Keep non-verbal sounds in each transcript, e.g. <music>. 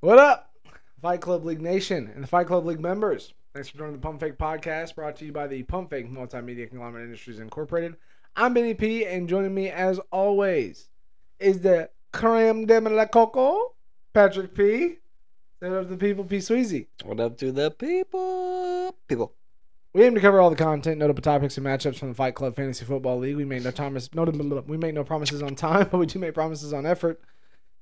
What up, Fight Club League Nation and the Fight Club League members? Thanks for joining the Pump Fake Podcast, brought to you by the Pump Fake Multimedia Conglomerate Industries Incorporated. I'm Benny P, and joining me as always is the creme de la coco, Patrick P. Set up the people, P. Sweezy. What up to the people? People. We aim to cover all the content, notable topics, and matchups from the Fight Club Fantasy Football League. We make no promises. No, we make no promises on time, <laughs> but we do make promises on effort.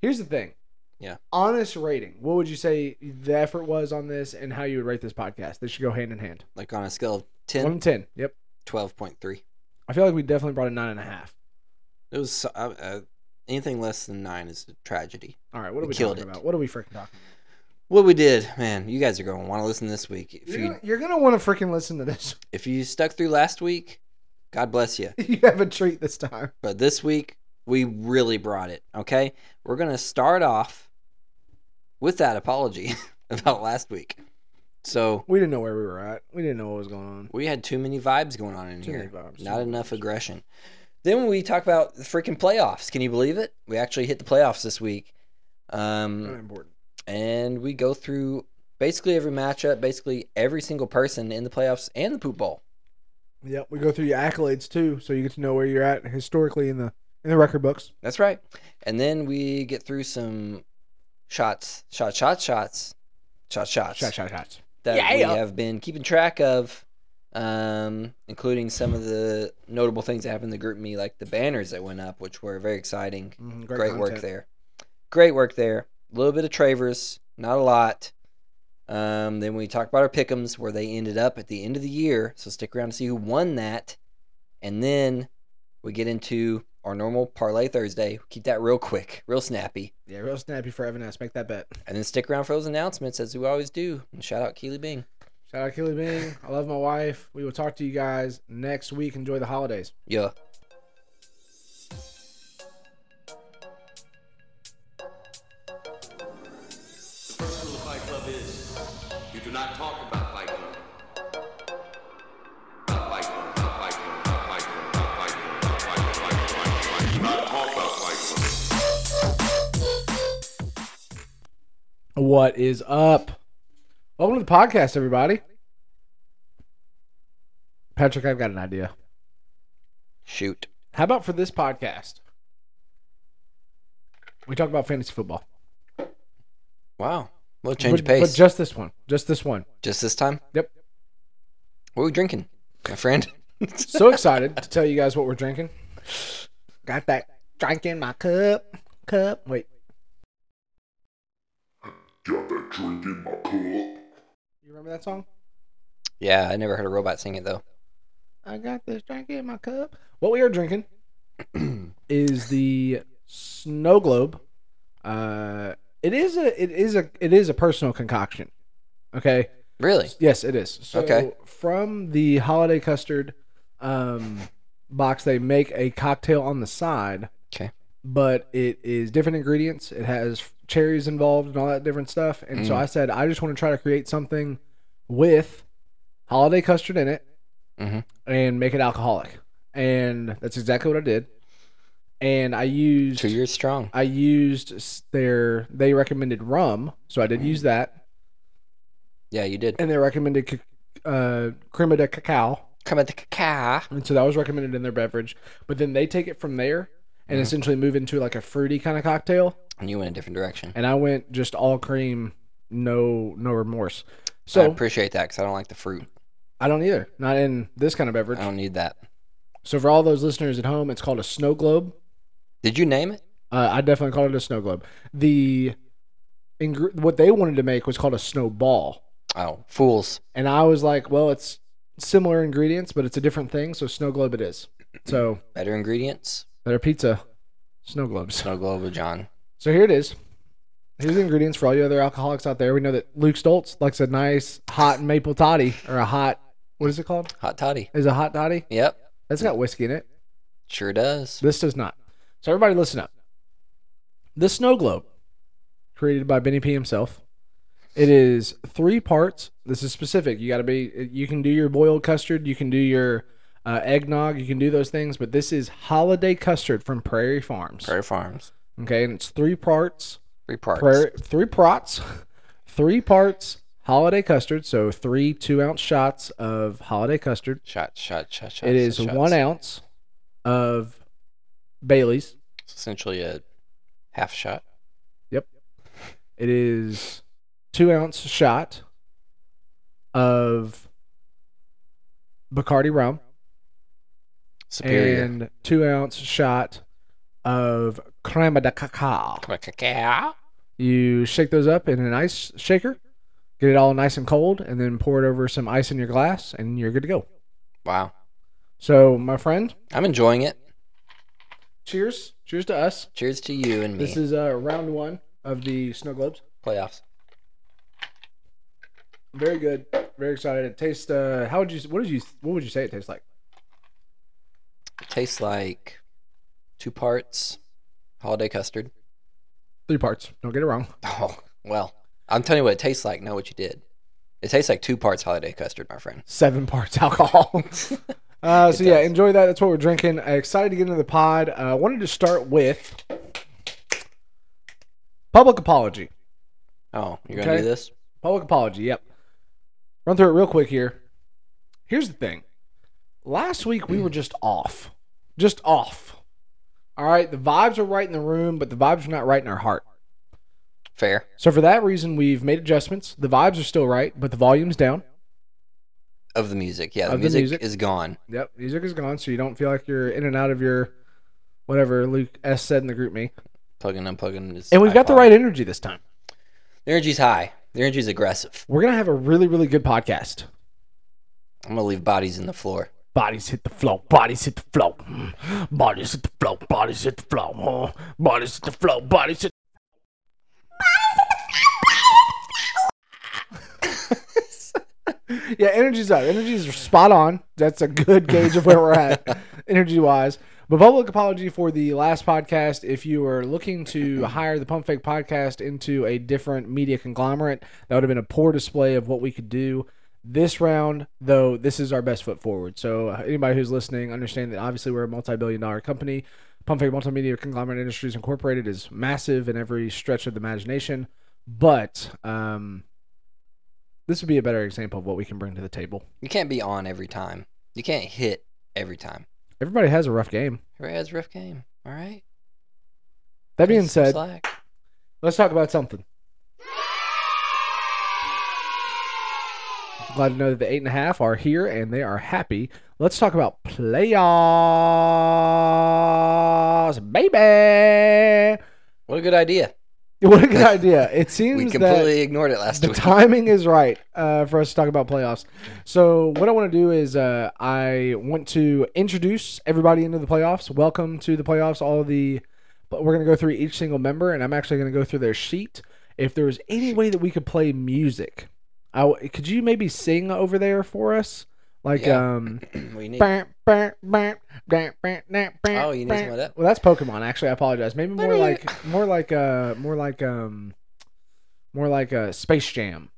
Here's the thing. Yeah. Honest rating. What would you say the effort was on this, and how you would rate this podcast? They should go hand in hand. Like on a scale of One to 10, ten. Yep. 12.3. I feel like we definitely brought a nine and a half. It was so- uh, uh, anything less than nine is a tragedy. All right. What are We we, killed talking it. about? What are we freaking talking? What we did, man, you guys are going to want to listen this week. If You're you gonna, you're gonna want to freaking listen to this. <laughs> if you stuck through last week, God bless you. you have a treat this time. But this week, we really brought it, okay? We're going to start off with that apology <laughs> about last week. So, We didn't know where we were at. We didn't know what was going on. we had too many vibes going on in Too here. many vibes, too Not many enough vibes. aggression. Then we talk about the freaking playoffs. Can you believe it? We actually hit the playoffs this week. Not Um, important. and we go through basically every matchup, basically every single person in the playoffs and the poop bowl. Yep. We go through your accolades too, so you get to know where you're at historically in the in the record books. That's right. And then we get through some shots, shot, shot, shots, shot, shots Shot, shot, shots. that Yeah, we yeah. have been keeping track of, um, including some of the notable things that happened in the group me, like the banners that went up, which were very exciting. Mhm, great work content. there. Great work there. A little bit of Travers, not a lot. Um, then we talked about our pickums where they ended up at the end of the year. So stick around to see who won that. And then we get into our normal parlay Thursday. Keep that real quick, real snappy. Yeah, real snappy for Evan S. Make that bet. And then stick around for those announcements as we always do. And shout out Keely Bing. Shout out Keely Bing. I love my wife. We will talk to you guys next week. Enjoy the holidays. Yeah. rule of Fight Club is you do not talk about Fight Club. About Fight Club, about Fight Club, about Fight Club, about Fight Club, about Fight Club, Fight Club, Fight Club, Fight Club. Do not talk about Fight Club. What is up? Welcome to the podcast, everybody. Patrick, I've got an idea. Shoot. How about for this podcast? We talk about fantasy football. Wow. We'll change but, pace. But just this one. Just this one. just this time? Yep. What are we drinking, my <laughs> friend? So excited to tell you guys what we're drinking. Got that drink in my cup. Cup. Wait. Got that drink in my cup. You remember that song? yeah, I never heard a robot sing it though. <clears throat> I got this drink in my cup. What we are drinking is the snow globe. Uh, it is a it is a it is a personal concoction. Okay. Really? Yes, it is. So Okay. from the holiday custard um, box, they make a cocktail on the side. Okay. But it is different ingredients. It has cherries involved and all that different stuff. And so Mm. I said, I just want to try to create something with holiday custard in it Mhm. and make it alcoholic. And that's exactly what I did. And I used Two years strong. I used s- their they recommended rum, so I Mm. did use that Yeah, you did. and they recommended c- uh, crema de cacao, Come at the cacao. and so that was recommended in their beverage. But then they take it from there and Mhm. essentially move into like a fruity kind of cocktail. And you went a different direction. And I went just all cream, no no remorse. I So appreciate that because I don't like the fruit. I don't either, not in this kind of I beverage. don't need that. So for all those listeners at home, it's called a snow globe. Did you name it? Uh, I definitely call it a snow globe. The ingre- what they wanted to make was called a snowball, Oh, fools. and I was like, well, it's similar ingredients, but it's a different thing. So snow globe it is. So Better ingredients. Better pizza. Snow globes. Snow Globe with John. So here it is. Here's the ingredients for all you other alcoholics out there. We know that Luke Stoltz likes a nice hot maple toddy or a hot what is it called? Hot toddy. Is it a hot toddy? Yep. That's got whiskey in it. Sure does. This does not. So everybody listen up. The snow globe, created by Benny P himself. It is three parts. This is specific. You got to be. You can do your boiled custard. You can do your uh, eggnog. You can do those things. But this is holiday custard from Prairie Farms. Prairie Farms. Okay, and it's three parts. Three parts. Prairie, three prots, <laughs> three parts holiday custard. So three two ounce shots of holiday custard. Shot, shot, shot, shot. it is shots. one ounce of Bailey's. It's essentially a half shot. It is two ounce shot of Bacardi rum Superior. and two ounce shot of crema de cacao. Come on, cacao. You shake those up in an ice shaker, get it all nice and cold, and then pour it over some ice in your glass, and you're good to go. Wow. So, my friend, I'm enjoying it. cheers. Cheers to us. Cheers to you and me. This is uh, round one of the snow globes. Playoffs. Very good. Very excited. It tastes. Uh, how would you? What did you? What would you say it tastes like? It tastes like two parts holiday custard. Three parts. Don't get it wrong. Oh, well, I'm telling you what it tastes like, not what you did. It tastes like two parts holiday custard, my friend. Seven parts <laughs> alcohol. uh, It so yeah, does. enjoy that. That's what we're drinking. Uh, excited to get into the pod. Uh, I wanted to start with public apology. oh, you're going to Okay. do this? Public apology, yep. Run through it real quick here. Here's the thing. Last week we were just off. Just off. All right, the vibes are right in the room, but the vibes are not right in our heart. Fair. So for that reason, we've made adjustments. The vibes are still right, but the volume's down. Of the music. Yeah, the Of the music, music. is gone. Yep, music is gone, so you don't feel like you're in and out of your whatever Luke S said in the group me. Plugging and unplugging. is And we've got the iPod. right energy this time. The energy's high. The energy's aggressive. We're gonna have a really, really good podcast. I'm going to leave bodies in the floor. Bodies hit the flow. Bodies hit the flow. Bodies hit the flow. Bodies hit the flow. huh? Bodies hit the flow. Bodies hit. yeah, energy's up. Energy's spot on. That's a good <laughs> gauge of where we're at, energy wise. But public apology for the last podcast. If you were looking to hire the Pump Fake podcast into a different media conglomerate, that would have been a poor display of what we could do. This round, though, this is our best foot forward. So uh, anybody who's listening, understand that obviously we're a multi-billion-dollar company. Pump Fake Multimedia Conglomerate Industries Incorporated is massive in every stretch of the imagination, but um, this would be a better example of what we can bring to the table. You can't be on every time. You can't hit every time. Everybody has a rough game. Everybody has a rough game. All right. That being Cut some said, slack. let's talk about something. Glad to know that the eight and a half are here and they are happy. Let's talk about playoffs, baby. <laughs> what a good idea. What a good idea! It seems We that completely ignored it last the week. <coughs> timing is right uh, for us to talk about playoffs. So what I want to do is uh, I want to introduce everybody into the playoffs. Welcome to the playoffs. All the but we're gonna go through each single member, and I'm actually gonna go through their sheet. If there was any way that we could play music, I w- could you maybe sing over there for us? Like Yeah. um. we need. Oh, Oh, you you need some of that? Well, that's Pokemon. Actually, I apologize. Maybe more like, more like, uh, more like, um, more like uh, Space Jam.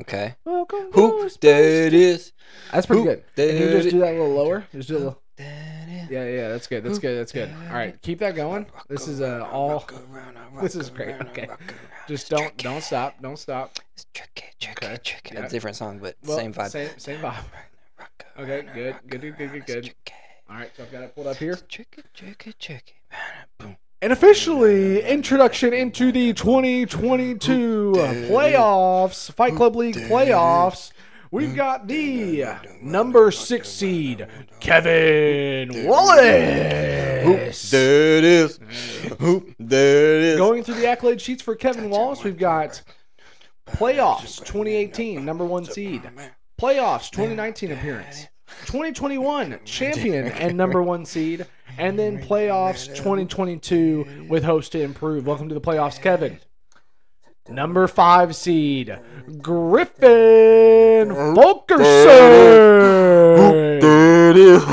Okay. Welcome Hoop Space- that is. That's pretty Hoop good. Can you that just do is. that a little lower? Just do a little. That is. Yeah, yeah, that's good. That's good. That's good. All right, keep that going. Rock This is uh, around, all. rock around, I this rock is great, around, I okay. rock around. Just don't, don't stop, don't stop. It's tricky, tricky, Okay, tricky. yeah. A different song, but Well, same vibe. Same, same vibe. Rock Okay, around, good, rock good, good, good, around, good, it's good. tricky. All right, so I've got it pulled up here. It's tricky, tricky, tricky. Boom. And officially, introduction into the 2022 playoffs, Fight Club League playoffs. We've got the number six seed, Kevin Wallace. There it <laughs> is. Hoop, there it is. Going through the accolade sheets for Kevin Wallace, we've got playoffs 2018, number one seed, playoffs 2019 appearance, 2021 champion and number one seed, and then playoffs 2022 with hopes to improve. Welcome to the playoffs, Kevin. Number five seed, Griffin Fulkerson. There it is.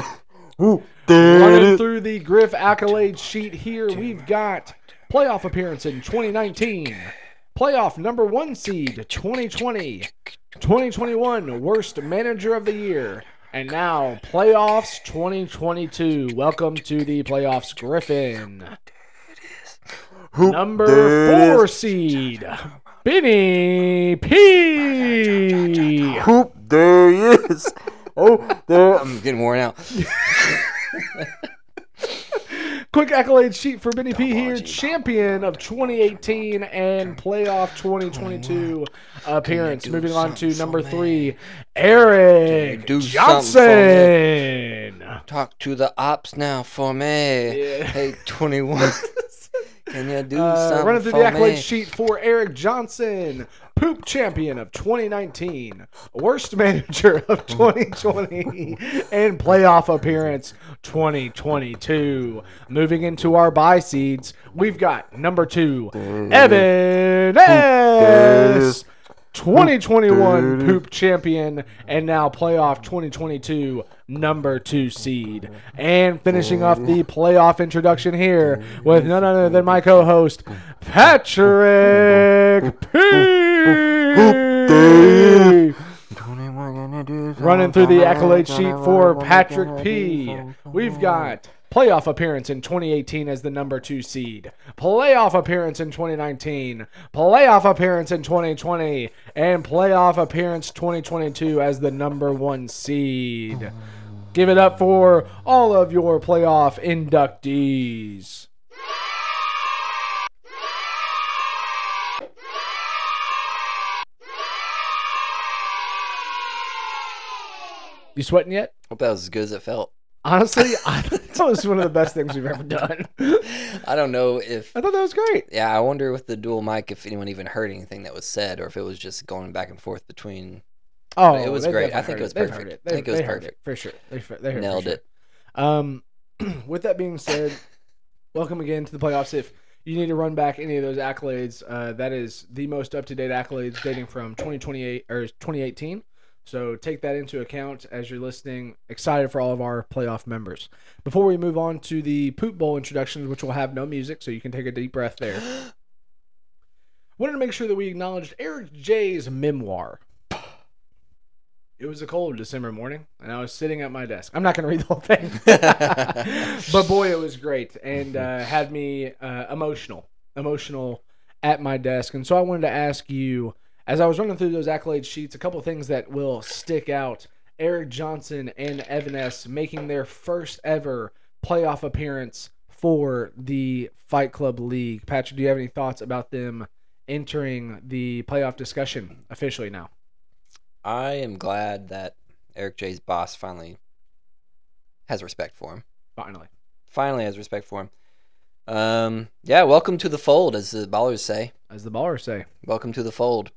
Hoop, there it Running is. through the Griff accolade sheet here, we've got playoff appearance in 2019, playoff number one seed 2020, 2021 worst manager of the year, and now playoffs 2022. Welcome to the playoffs, Griffin. Who Number There it four is. seed, Benny P. Hoop, there he is. Oh, there. I'm getting worn out. Quick accolade sheet for Benny P Double here, G, champion of 2018 and playoff 2022 appearance. do Moving on to something number for me? three, Eric Can you do Johnson. Talk to the ops now for me. Yeah. Hey, <laughs> 21. Can you do Uh, something running through for the accolade me? sheet for Eric Johnson, poop champion of 2019, worst manager <laughs> of 2020, and playoff appearance 2022. Moving into our buy seeds, we've got number two, Evan S. 2021 poop champion and now playoff 2022 number two seed. And finishing off the playoff introduction here with none other than my co host, Patrick P. 21 gonna do Running through the something. accolade sheet for 21 Patrick gonna do P. something. We've got playoff appearance in 2018 as the number two seed, playoff appearance in 2019, playoff appearance in 2020, and playoff appearance 2022 as the number one seed. Give it up for all of your playoff inductees. You sweating yet? Hope that was as good as it felt. Honestly, <laughs> I thought that was one of the best things we've ever done. I I don't know if. thought that was great. Yeah, I wonder with the dual mic if anyone even heard anything that was said or if it was just going back and forth between. Oh, It was they great. definitely I think heard it was They've heard perfect. They- I think it was they heard perfect. for sure. They, f- they heard Nailed for sure. it. Um, <clears throat> with that being said, welcome again to the playoffs. If you need to run back any of those accolades, uh, that is the most up to date accolades dating from 2028 or 2018. So take that into account as you're listening. Excited for all of our playoff members. Before we move on to the poop bowl introductions, which will have no music, so you can take a deep breath there. Wanted to make sure that we acknowledged Eric J's memoir. It was a cold December morning, and I was sitting at my desk. I'm not going to read the whole thing, but boy, it was great and uh, had me uh, emotional, emotional at my desk. And so I wanted to ask you, as I was running through those accolade sheets, a couple things that will stick out: Eric Johnson and Evan S. making their first ever playoff appearance for the Fight Club League. Patrick, do you have any thoughts about them entering the playoff discussion officially now? I am glad that Eric J's boss finally has respect for him. Finally, finally has respect for him. Um, yeah, welcome to the fold, as the ballers say. as the ballers say. Welcome to the fold.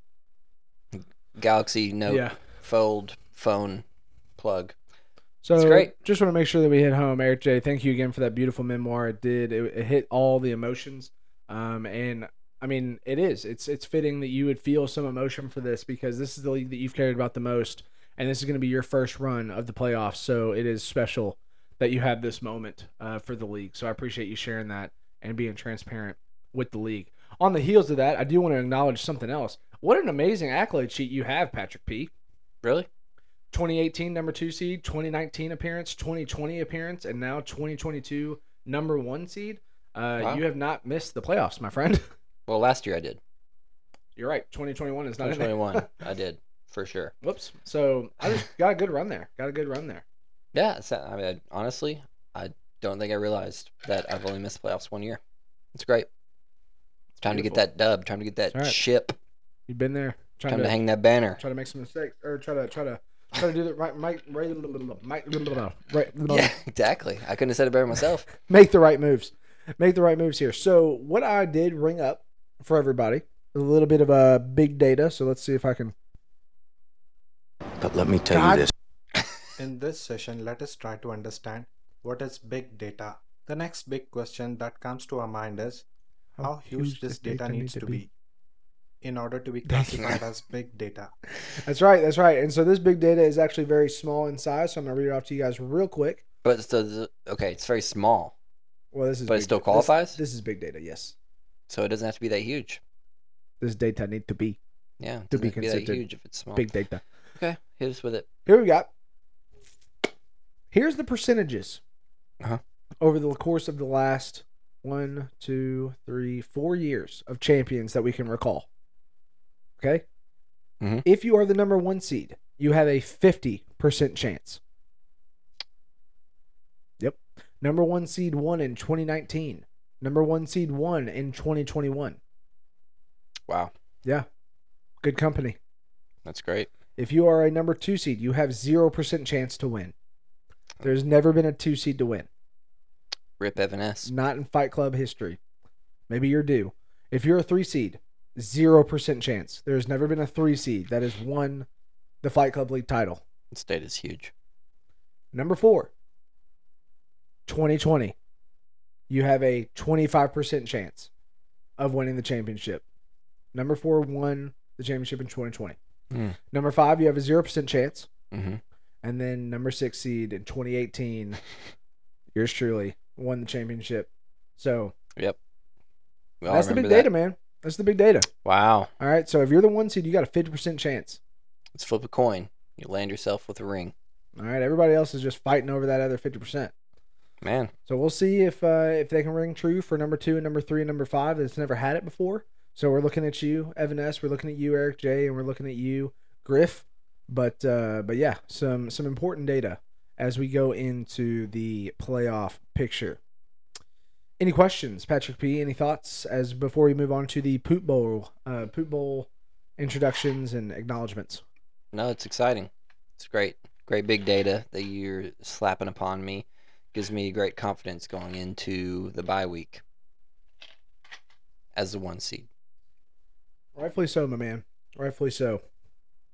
Galaxy Note fold phone plug. So It's great. Just want to make sure that we hit home, Eric J. Thank you again for that beautiful memoir. It did. It, it hit all the emotions, um, and I mean, it is. It's it's fitting that you would feel some emotion for this because this is the league that you've cared about the most, and this is going to be your first run of the playoffs. So it is special that you have this moment uh, for the league. So I appreciate you sharing that and being transparent with the league. On the heels of that, I do want to acknowledge something else. What an amazing accolade sheet you have, Patrick P. Really? 2018 number two seed, 2019 appearance, 2020 appearance, and now 2022 number one seed. Uh, Wow. You have not missed the playoffs, my friend. <laughs> Well, last year I did. You're right. 2021 is not in there. 2021, <laughs> I did for sure. Whoops. So I just got a good run there. Got a good run there. Yeah. it's- I mean, I- honestly, I don't think I realized that I've only missed playoffs one year. It's great. It's time Beautiful. to get that dub. Time to get that It's all right. ship. You've been there trying Time to, to hang that banner. try to make some mistakes or try to try to try to do the right Mike right, right, right, Yeah, <laughs> exactly. I couldn't have said it better myself. make the right moves. Make the right moves here. So what I did ring up for everybody a little bit of uh, big data. So let's see if I can But let me tell God you this. In this session, let us try to understand what is big data. The next big question that comes to our mind is how huge this data, needs to be in order to be classified as big data. That's right. That's right. And so this big data is actually very small in size. So I'm going to read it off to you guys real quick. But so, the- okay, it's very small, Well, this is. But it big- still this- qualifies? This, is big data. Yes. so it doesn't have to be that huge. This data need to be Yeah, it To be doesn't have that considered huge if it's small. big data. Okay, hit us with it. Here we got. Here's the percentages Uh-huh. over the course of the last one, two, three, four years of champions that we can recall. Okay? Mhm. If you are the number one seed, you have a 50% chance. Yep. Number one seed won in 2019. Number one seed won in 2021. Wow, Yeah. Good company. that's great. If you are a number two seed, you have 0% chance to win. There's never been a two seed to win. Rip Evan S. Not in Fight Club history. Maybe you're due. If you're a three seed, zero percent chance. There has never been a three seed that has won the Fight Club League title. This date is huge. Number four, 2020. You have a 25% chance of winning the championship. Number four won the championship in 2020. Hmm. Number five, you have a 0% chance. Mm-hmm. And then number six seed in <laughs> 2018, yours truly won the championship. So We all That's the big remember data, that. man. That's the big data. Wow, All right. So if you're the one seed, you got a 50% chance. let's flip a coin. You land yourself with a ring, All right. Everybody else is just fighting over that other 50%. man. So we'll see if uh, if they can ring true for number two and number three and number five that's never had it before. So we're looking at you, Evan S. We're looking at you, Eric J. And we're looking at you, Griff. But uh, but yeah, some some important data as we go into the playoff picture. Any questions, Patrick P? Any thoughts as before we move on to the poop bowl uh, poop bowl introductions and acknowledgments? No, it's exciting. It's great. Great big data that you're slapping upon me. Gives me great confidence going into the bye week as the one seed. Rightfully so, my man. Rightfully so.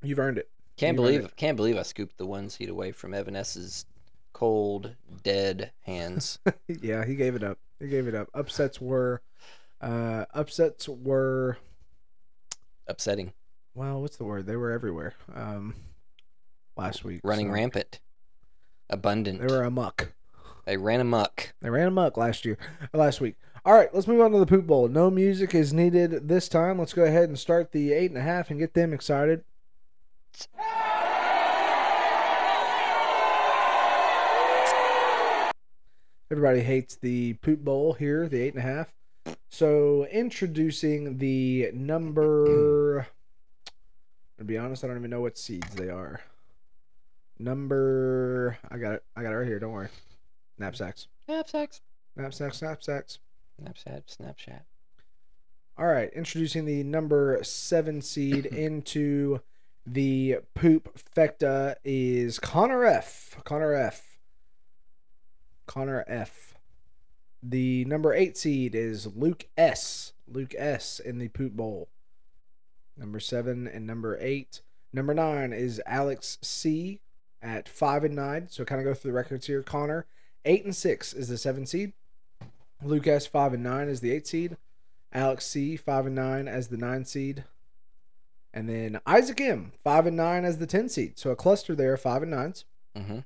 You've earned it. Can't You earned believe can't believe I scooped the one seed away from Evan S's cold, dead <laughs> hands. yeah, he gave it up. He gave it up. Upsets were, uh, upsets were. Upsetting. Well, what's the word? They were everywhere. Um, last week, Running so- rampant. Abundant. They were amok. They ran amok. They ran amok last year, or last week. All right, let's move on to the poop bowl. No music is needed this time. Let's go ahead and start the eight and a half and get them excited. Everybody hates the poop bowl here, the eight and a half. So introducing the number. To be honest, I don't even know what seeds they are. Number, I got it. I got it right here. Don't worry. Knapsacks. Knapsacks. Knapsacks, knapsacks. Snapchat, Snapchat. All right, introducing the number seven seed into the poop fecta is Connor F. Connor F. Connor F. The number eight seed is Luke S. Luke S. in the poop bowl. Number seven and number eight. Number nine is Alex C. at five and nine. So kind of go through the records here. Connor eight and six is the seven seed. Luke S. five and nine is the eight seed. Alex C five and nine as the nine seed, and then Isaac M five and nine as the ten seed. So a cluster there, five and nines, Mm-hmm.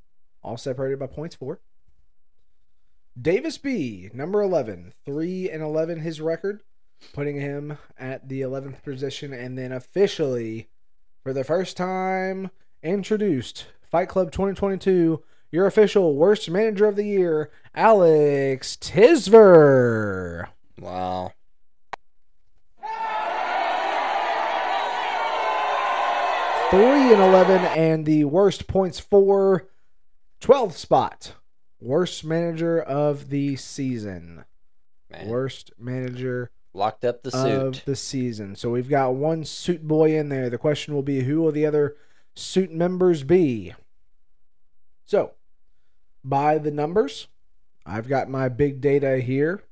all separated by points four. Davis B number 11, 3 and eleven his record, putting him at the eleventh position, and then officially, for the first time, introduced Fight Club 2022. Your official worst manager of the year, Alex Tisver. Wow. three and eleven, and the worst points for 12th spot. Worst manager of the season. Man. Worst manager Locked up the of suit. Uh, the season. So we've got one suit boy in there. The question will be who will the other suit members be? So, by the numbers, I've got my big data here.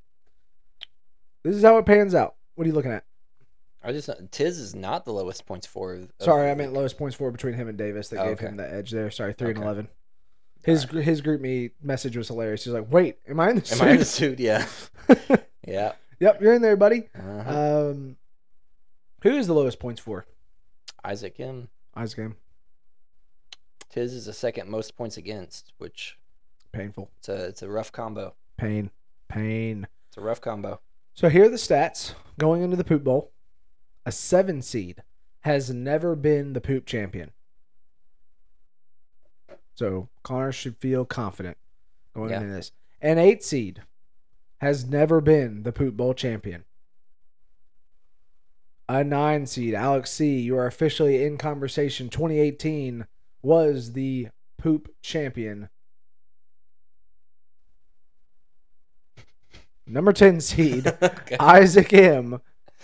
This is how it pans out. What are you looking at? I just Tiz is not the lowest points for. of- of Sorry, the I meant league. lowest points for between him and Davis that Oh, gave okay. him the edge there. Sorry, three and Okay. eleven. His gr his group me message was hilarious. He's like, "Wait, am I in the <laughs> Am I in the suit?" suit? Yeah. <laughs> yeah. yep, you're in there, buddy. Uh-huh. Um, who is the lowest points for Isaac M. Isaac? Game Tiz is the second most points against, which painful, it's a it's a rough combo. pain, pain. It's a rough combo. <laughs> So here are the stats going into the poop bowl. A seven seed has never been the poop champion. So Connor should feel confident going Yeah. into this. An eight seed has never been the Poop Bowl champion. A nine seed, Alex C., you are officially in conversation. 2018 was the Poop champion. Number 10 <laughs> seed, Okay. Isaac M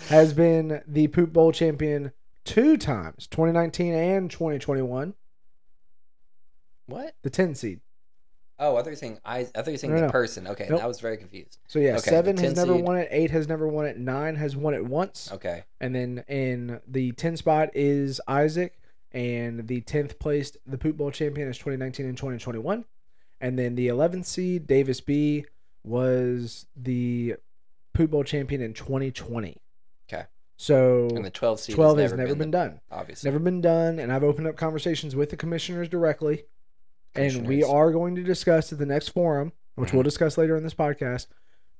has been the Poop Bowl champion two times, 2019 and 2021. What? The 10 seed. Oh, I thought you were saying I, I thought you were saying No, the no. person. Okay, Nope. I was very confused. So yeah, Okay, the seven has 10 never seed. won it. Eight has never won it. Nine has won it once. Okay, And then in the 10 spot is Isaac, and the 10th placed the Poop Bowl champion is 2019 and 2021. And then the 11th seed, Davis B, was the Poop Bowl champion in 2020. Okay. So and the 12 seed 12 has has never been done. It's Obviously, never been done, and I've opened up conversations with the commissioners directly, and we Commissioners. are going to discuss at the next forum, which we'll discuss later in this podcast.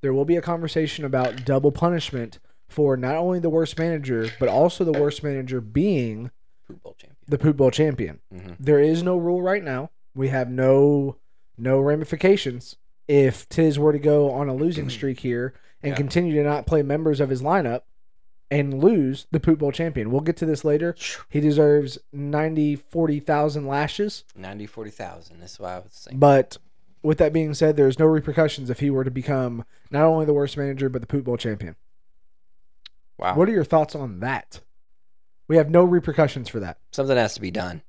There will be a conversation about double punishment for not only the worst manager, but also the worst manager being Poop Bowl champion. the Poop Bowl champion. Mhm. There is no rule right now. We have no no ramifications if Tiz were to go on a losing streak here and Yeah. continue to not play members of his lineup and lose the Poop Bowl champion. We'll get to this later. He deserves 90, 40,000 lashes. 90, 40,000. That's why I was saying. But with that being said, there's no repercussions if he were to become not only the worst manager, but the Poop Bowl champion. wow, What are your thoughts on that? We have no repercussions for that. something has to be done.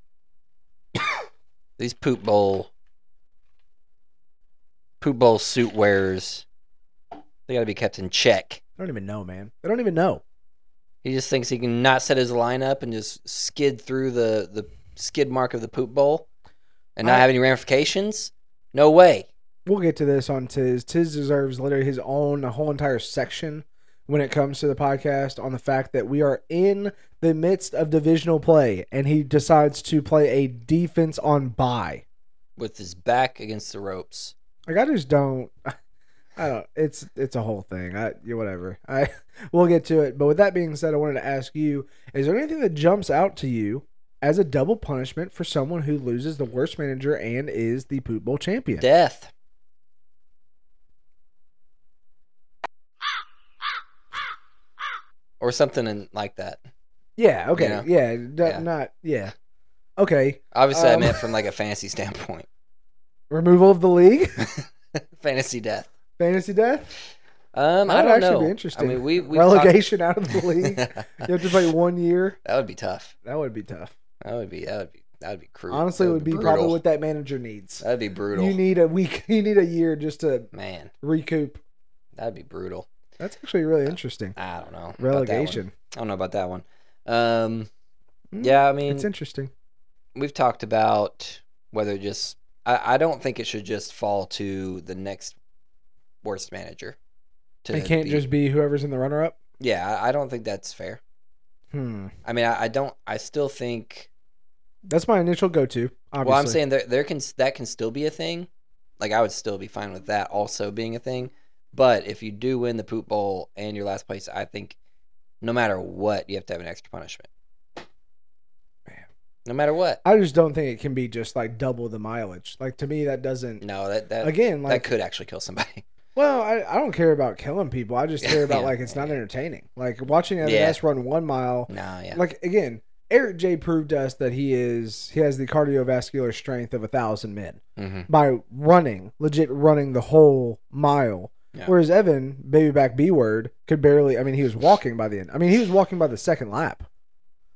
<coughs> These poop bowl, poop bowl suit wearers, they got to be kept in check. I don't even know, man. I don't even know. He just thinks he can not set his lineup and just skid through the, the skid mark of the poop bowl and not I- have any ramifications. No way. we'll get to this on Tiz. Tiz deserves literally his own a whole entire section when it comes to the podcast on the fact that we are in the midst of divisional play and he decides to play a defense on bye. With his back against the ropes. Like I just don't I don't it's it's a whole thing. I yeah, whatever. I <laughs> we'll get to it. But with that being said, I wanted to ask you, is there anything that jumps out to you as a double punishment for someone who loses the worst manager and is the poop bowl champion? Death. Or something in, like that. Yeah. Okay. know? Yeah. d- Yeah. Not. Yeah. Okay. Obviously, I Um. meant from like a fantasy standpoint. <laughs> Removal of the league, <laughs> Fantasy death. fantasy death. Um, I That'd don't actually know. be interesting. I mean, we we Relegation out of <laughs> the league. you have to play one year. that would be tough. That would be tough. That would be that would be that would be cruel. Honestly, That it would be brutal. probably what that manager needs. That'd be brutal. You need a week. <laughs> You need a year just to Man, recoup. that'd be brutal. That's actually really interesting. I don't know. about that one. Relegation. I don't know about that one. Um, Hmm, yeah, I mean, it's interesting. we've talked about whether just I, I don't think it should just fall to the next worst manager. To It can't be- just be whoever's in the runner-up. yeah. I, I don't think that's fair. Hmm. I mean, I, I don't. I still think. That's my initial go-to. Obviously. Well, I'm saying there there can that can still be a thing. Like I would still be fine with that also being a thing. But if you do win the poop bowl and you're last place, I think no matter what, you have to have an extra punishment. No matter what. I just don't think it can be just like double the mileage. Like to me, that doesn't. No, that that Again, like that could actually kill somebody. <laughs> Well, I, I don't care about killing people. I just care about Yeah. like it's not entertaining. Like watching MLS Yeah. run one mile. Nah, yeah. Like again, Eric J proved to us that he is he has the cardiovascular strength of a thousand men hmm by running, legit running the whole mile. Yeah. Whereas Evan, baby back B word, could barely. I mean, he was walking by the end. I mean, he was walking by the second lap.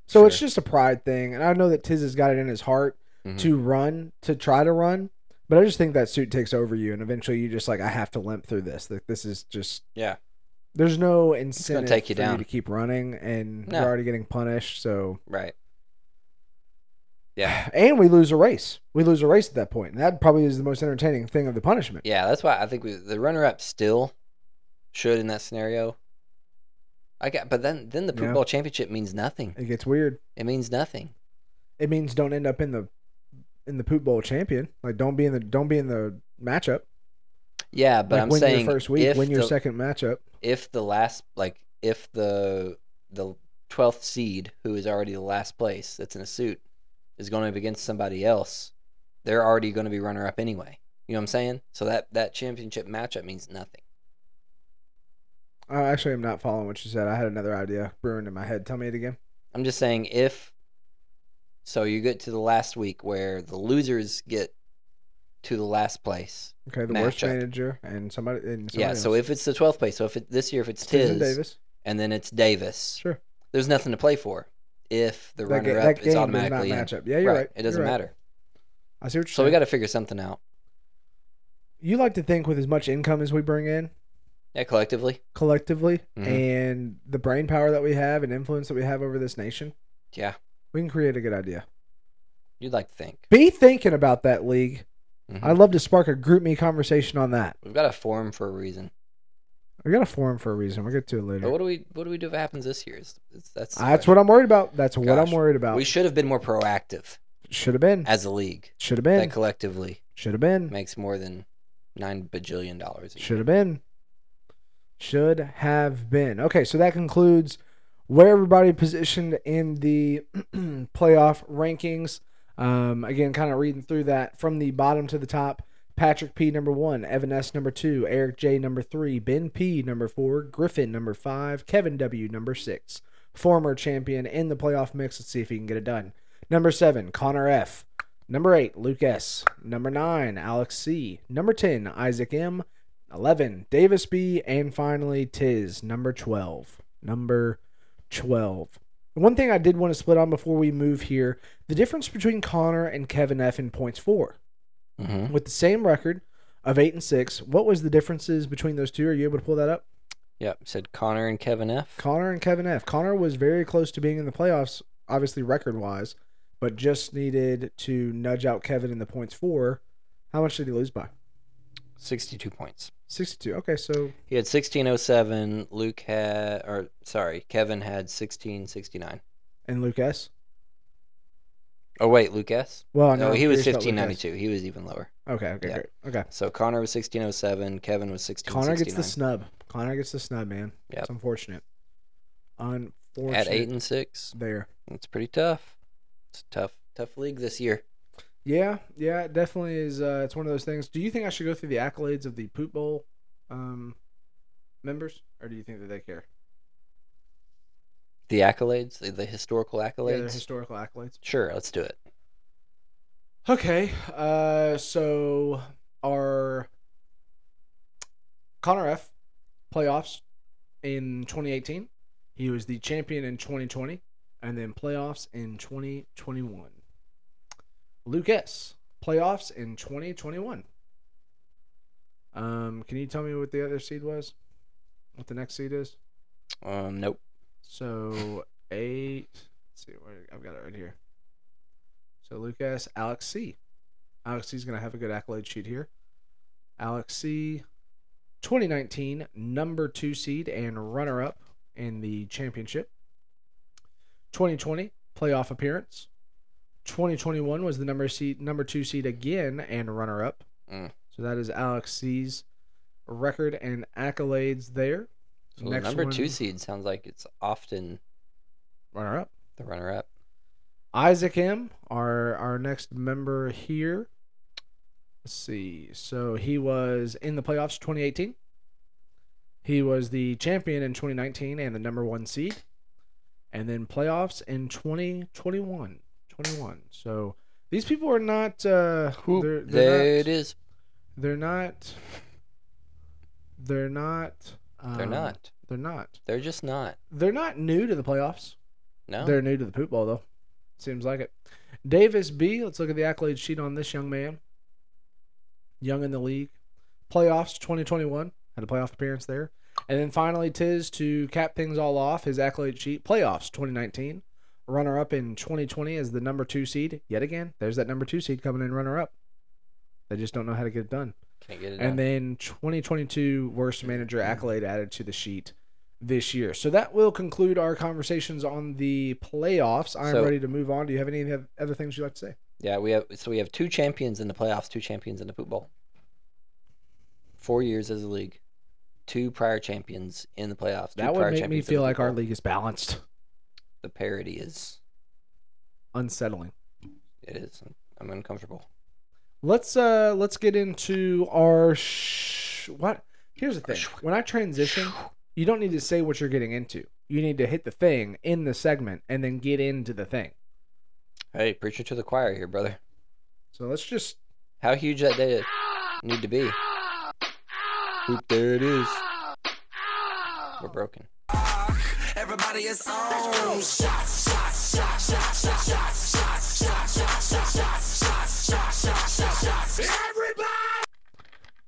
So it's Sure. just a pride thing, and I know that Tiz has got it in his heart Mhm. to run, to try to run. But I just think that suit takes over you, and eventually you just like, I have to limp through this. Like this is just Yeah. There's no incentive take you for down. to keep running, and No. you're already getting punished. So Right. Yeah. <sighs> and we lose a race. We lose a race at that point, and that probably is the most entertaining thing of the punishment. Yeah, that's why I think we, the runner up still should in that scenario. I got but then then the Poop Yeah. Bowl championship means nothing. It gets weird. It means nothing. It means don't end up in the in the poop bowl champion. Like don't be in the don't be in the matchup. Yeah, but like I'm win saying your first week, if win your the, second matchup. if the last like if the the twelfth seed who is already the last place that's in a suit is going up against somebody else, they're already going to be runner up anyway. You know what I'm saying? So that that championship matchup means nothing. Uh, actually, I'm not following what you said. I had another idea brewing in my head. Tell me it again. I'm just saying if so you get to the last week where the losers get to the last place. Okay, the worst Matchup. manager and somebody. And somebody yeah, so else. if it's the 12th place, so if it, this year if it's Susan Tiz Davis, and then it's Davis, sure. there's nothing to play for if the That, ga- runner that up game is does not automatically in. match up. Yeah, you're right. It doesn't You're right. matter. I see what you're So saying. we got to figure something out. You like to think with as much income as we bring in Yeah, collectively. collectively, Mhm. and the brain power that we have and influence that we have over this nation, Yeah, we can create a good idea. you'd like to think. Be thinking about that league. Mhm. I'd love to spark a group me conversation on that. We've got a forum for a reason. I got a forum for a reason. We'll get to it But later. what do we what do we do if it happens this year? Is- is- That's That's what I'm worried about. That's what Gosh. I'm worried about. we should have been more proactive Should have been. as a league Should have that been. collectively Should have been. makes more than nine bajillion dollars. a year. Should have been. Should have been. Okay, so that concludes where everybody positioned in the <clears throat> playoff rankings. Um, again, kind of reading through that from the bottom to the top. Patrick P number one, Evan S number two, Eric J number three, Ben P number four, Griffin number five, Kevin W number six. Former champion in the playoff mix. Let's see if he can get it done. Number seven, Connor F. Number eight, Luke S. Number nine, Alex C. Number ten, Isaac M. 11 davis b and finally tiz number 12 number 12 one thing i did want to split on before we move here the difference between connor and kevin f in points four Mhm. with the same record of eight and six what was the differences between those two are you able to pull that up Yep. Said Connor and Kevin F. connor and kevin f connor was very close to being in the playoffs obviously record wise but just needed to nudge out kevin in the points four how much did he lose by Sixty-two points. 62 okay so He had sixteen oh seven. Luke had, or sorry, Kevin had sixteen sixty-nine. and lucas Oh wait, Luke S. well No, no, he was fifteen fifteen ninety-two. He was even lower. Okay, okay, Yeah. great. Okay. So Connor was sixteen oh seven. Kevin was sixteen. Connor gets the snub. Connor gets the snub, man. Yep. It's unfortunate. Unfortunate. at eight and six. there. It's pretty tough. It's a tough, tough league this year. Yeah, yeah, it definitely is. Uh, it's one of those things. Do you think I should go through the accolades of the Poop Bowl um, members, or do you think that they care? The accolades, the, the historical Yeah, accolades. their historical accolades. sure, let's do it. Okay, uh, so our Connor F playoffs in 2018. He was the champion in 2020, and then playoffs in 2021. Luke S playoffs in 2021. Um, can you tell me what the other seed was? What the next seed is? Um, nope. So eight. Let's see where I've got it right here. So Lucas, Alex C. Alex C's gonna have a good accolade sheet here. Alex C, 2019 number two seed and runner up in the championship. 2020 playoff appearance. 2021 was the number seed number two seed again and runner up. Mm. So that is Alex C's record and accolades there. So the number two one- seed sounds like it's often runner up. the runner-up. Isaac M, our our next member here. Let's see. So he was in the playoffs 2018. He was the champion in 2019 and the number one seed. And then playoffs in 2021. 21. So these people are not. Uh, they're, there they're it not, is. They're not. They're not. Um, They're not. They're not. They're just not. They're not new to the playoffs. No. They're new to the poop bowl, though. Seems like it. Davis B. Let's look at the accolade sheet on this young man. Young in the league. Playoffs 2021. Had a playoff appearance there. And then finally, Tiz to cap things all off his accolade sheet. Playoffs 2019. Runner up in 2020 as the number two seed. Yet again, there's that number two seed coming in runner up. They just don't know how to get it done. Can't get it done. And then 2022 worst manager accolade added to the sheet this year. So that will conclude our conversations on the playoffs. I'm So- ready to move on. Do you have any oth- other things you'd like to say? yeah, we have. So we have two champions in the playoffs, two champions in the poop bowl. Four years as a league, two prior champions in the playoffs. two That would prior make me champions in feel the like Poop our Bowl. league is balanced. The parity is. Unsettling. It is. I'm uncomfortable. Let's uh let's get into our sh- what. Here's the thing. When I transition, you don't need to say what you're getting into. You need to hit the thing in the segment and then get into the thing. Hey, preacher to the choir here, brother. So let's just How huge that data need to be? Oop, there it is. We're broken.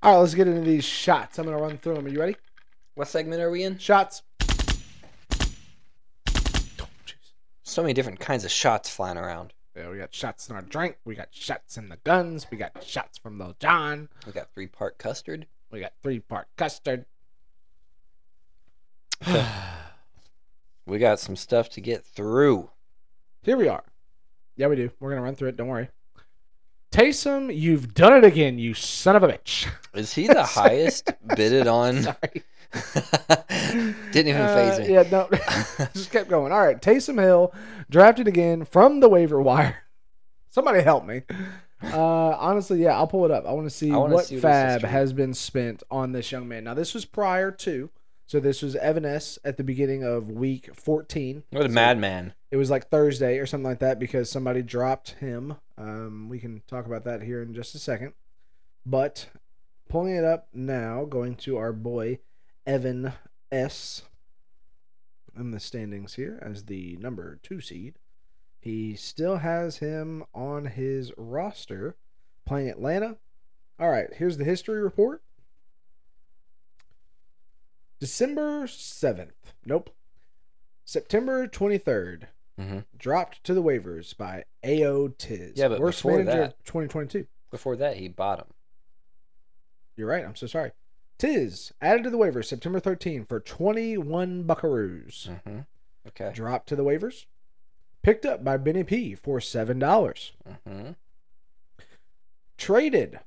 all right. Let's get into these shots. I'm gonna run through them. Are you ready? What segment are we in? Shots. So many different kinds of shots flying around. Yeah, we got shots in our drink. We got shots in the guns. We got shots from Lil John. We got three part custard. <sighs> We got three part custard. We got some stuff to get through. Here we are. Yeah, we do. We're gonna run through it. Don't worry. Taysom, you've done it again, you son of a bitch. <laughs> Is he the Sorry. highest <laughs> bidded on? Sorry. Didn't even Uh, phase me. Yeah, no. <laughs> Just kept going. All right, Taysom Hill drafted again from the waiver wire. <laughs> Somebody help me. Uh, honestly, yeah, I'll pull it up. I want to see I wanna what see what this is fab true. has been spent on this young man. Now, this was prior to, so this was Evanes at the beginning of week 14. <laughs> What a So madman. It was like Thursday or something like that because somebody dropped him. Um, we can talk about that here in just a second. But pulling it up now, going to our boy Evan S. in the standings here as the number two seed. He still has him on his roster playing Atlanta. All right, here's the history report. December 7th. Nope. September 23rd. Mm-hmm. Mhm. Dropped to the waivers by AO Tiz. Yeah, but worst before manager of that- 2022. Before that, he bought him. You're right. I'm so sorry. Tiz added to the waivers September 13 for 21 Buckaroos. Mm-hmm. Okay. Dropped to the waivers. Picked up by Benny P for seven dollars. hmm Traded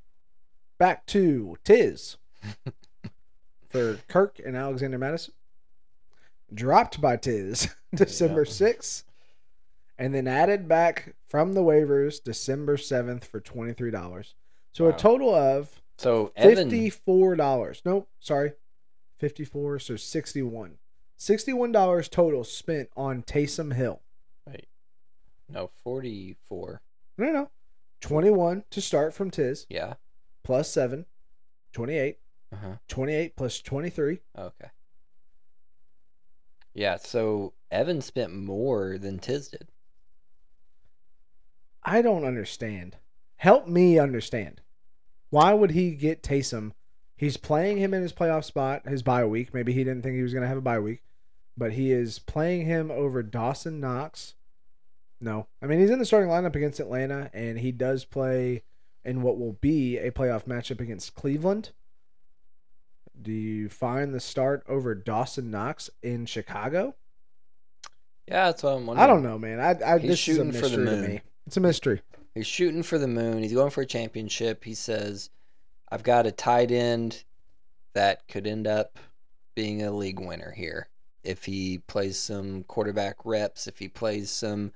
back to <laughs> Tiz for Kirk and Alexander Madison. Dropped by Tiz <laughs> December Yep. sixth, and then added back from the waivers December seventh for twenty three dollars. So a Wow. total of So Evan, Fifty-four dollars. Nope, sorry, fifty-four. So sixty-one. Sixty-one dollars total spent on Taysom Hill. no, forty-four. No, no, no. Twenty-one to start from Tiz Yeah. plus seven. Twenty-eight. Uh-huh. Twenty-eight plus twenty-three. Oh, Okay. Yeah. So Evan spent more than Tiz did. I don't understand. Help me understand. Why would he get Taysom? He's playing him in his playoff spot, his bye week. Maybe he didn't think he was going to have a bye week, but he is playing him over Dawson Knox. No. I mean, he's in the starting lineup against Atlanta, and he does play in what will be a playoff matchup against Cleveland. Do you find the start over Dawson Knox in Chicago? Yeah, that's what I'm wondering. I don't know, man. I, I He's this is a shooting for the mystery to moon. me. It's a mystery. He's shooting for the moon. He's going for a championship. He says, I've got a tight end that could end up being a league winner here. If he plays some quarterback reps, if he plays some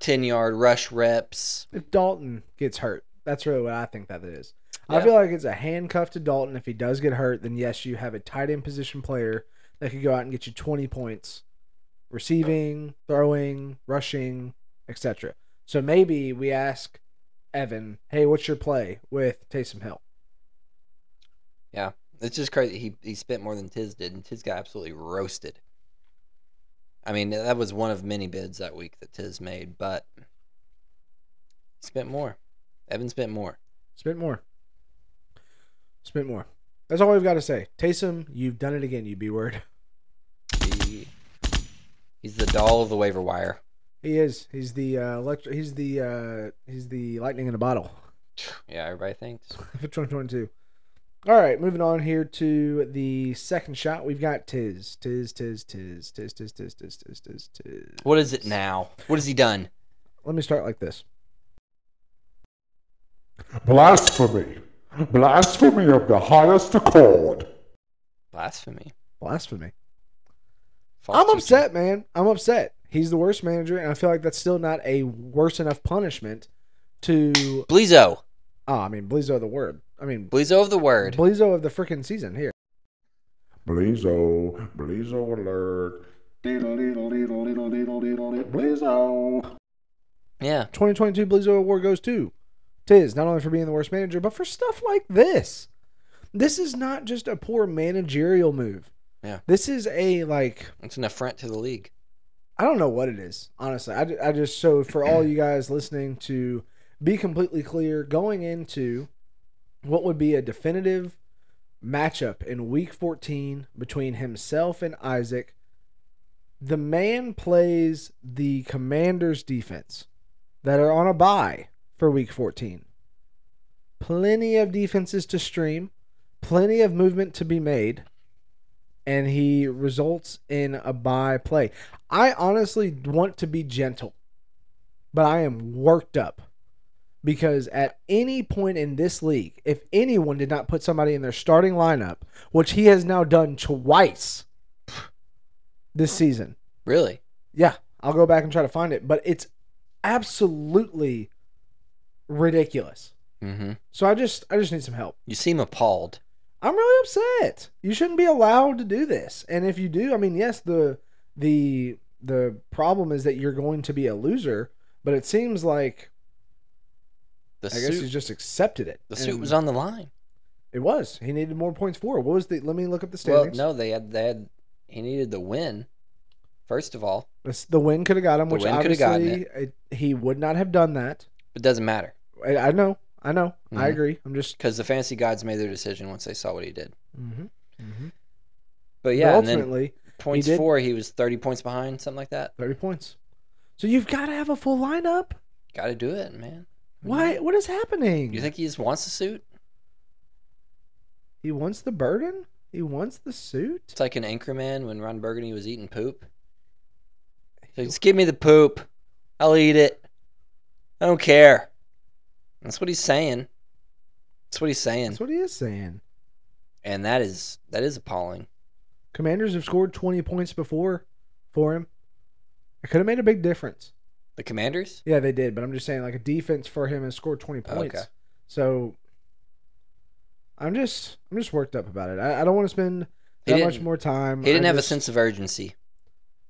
10 yard rush reps. if Dalton gets hurt. That's really what I think that it is. I Yeah. feel like it's a handcuff to Dalton. If he does get hurt, then yes, you have a tight end position player that could go out and get you 20 points receiving, throwing, rushing, etc. So maybe we ask Evan, hey, what's your play with Taysom Hill? It's just crazy. He, he spent more than Tiz did, and Tiz got absolutely roasted. I mean, that was one of many bids that week that Tiz made, but he spent more. Evan spent more. Spent more. Spent more. That's all we've got to say. Taysom, you've done it again, you B word. He, he's the doll of the waiver wire. He is. He's the uh, electri- he's the uh, he's the lightning in a bottle. <laughs> Yeah, everybody thinks. for 2022. All right, moving on here to the second shot. We've got Tiz, Tiz, Tiz, Tiz, Tiz, Tiz, Tiz, Tiz, Tiz, Tiz, Tiz. What is it now? What has he done? Let me start like this. Blasphemy! Blasphemy of the highest accord! Blasphemy. Blasphemy. False I'm teaching. upset, man. I'm upset. He's the worst manager, and I feel like that's still not a worse enough punishment to. Blizzo. Ah, I mean, Blizzo the word. I mean, Blizzo of the word. Blizzo of the freaking season here. Blazo, Blazo alert. Diddle, diddle, diddle, diddle, diddle, diddle, diddle, Blazo. Yeah. 2022 Blizzo Award goes to Tiz, not only for being the worst manager, but for stuff like this. This is not just a poor managerial move. Yeah. This is a, like, It's an affront to the league. I don't know what it is, honestly. I, ju- I just, so for all you guys listening, to be completely clear, going into what would be a definitive matchup in week 14 between himself and Isaac, the man plays the commander's defense that are on a bye for week 14. Plenty of defenses to stream, plenty of movement to be made, and he results in a bye play. I honestly want to be gentle, but I am worked up because at any point in this league, if anyone did not put somebody in their starting lineup, which he has now done twice this season, Really? yeah, I'll go back and try to find it, but it's absolutely ridiculous. Mm-hmm. So I just I just need some help. You seem appalled. I'm really upset. You shouldn't be allowed to do this. And if you do, I mean, yes, the the the problem is that you're going to be a loser, but it seems like The I guess suit, he's just accepted it. the suit And was on the line. It was. He needed more points for. it. What was the Let me look up the Well, standings. no, they had they had he needed the win. First of all, The, the win could have got him, The which win coulda gotten obviously it- he would not have done that. it doesn't matter I, I know. I know. I Mhm. agree. I'm just because the fantasy gods made their decision once they saw what he did. mhm, mhm. But But Mm-hmm. yeah, and then ultimately points did- four, he was thirty points behind, something like that. 30 points. So you've got to have a full lineup. Got to do it, man. Why? What is happening? Mm-hmm. You think he just wants the suit? He wants the burden. He wants the suit. It's like an anchorman when Ron Burgundy was eating poop. So just give me the poop. I'll eat it. I don't care. That's what he's saying. That's what he's saying. That's what he is saying. And that is that is appalling. Commanders have scored 20 points before for him. It could have made a big difference. The commanders? Yeah, they did, but I'm just saying, like, a defense for him has scored 20 Okay. points. So I'm just I'm just worked up about it. I, I don't want to spend He that much didn't- more time. He didn't I have a just- sense of urgency.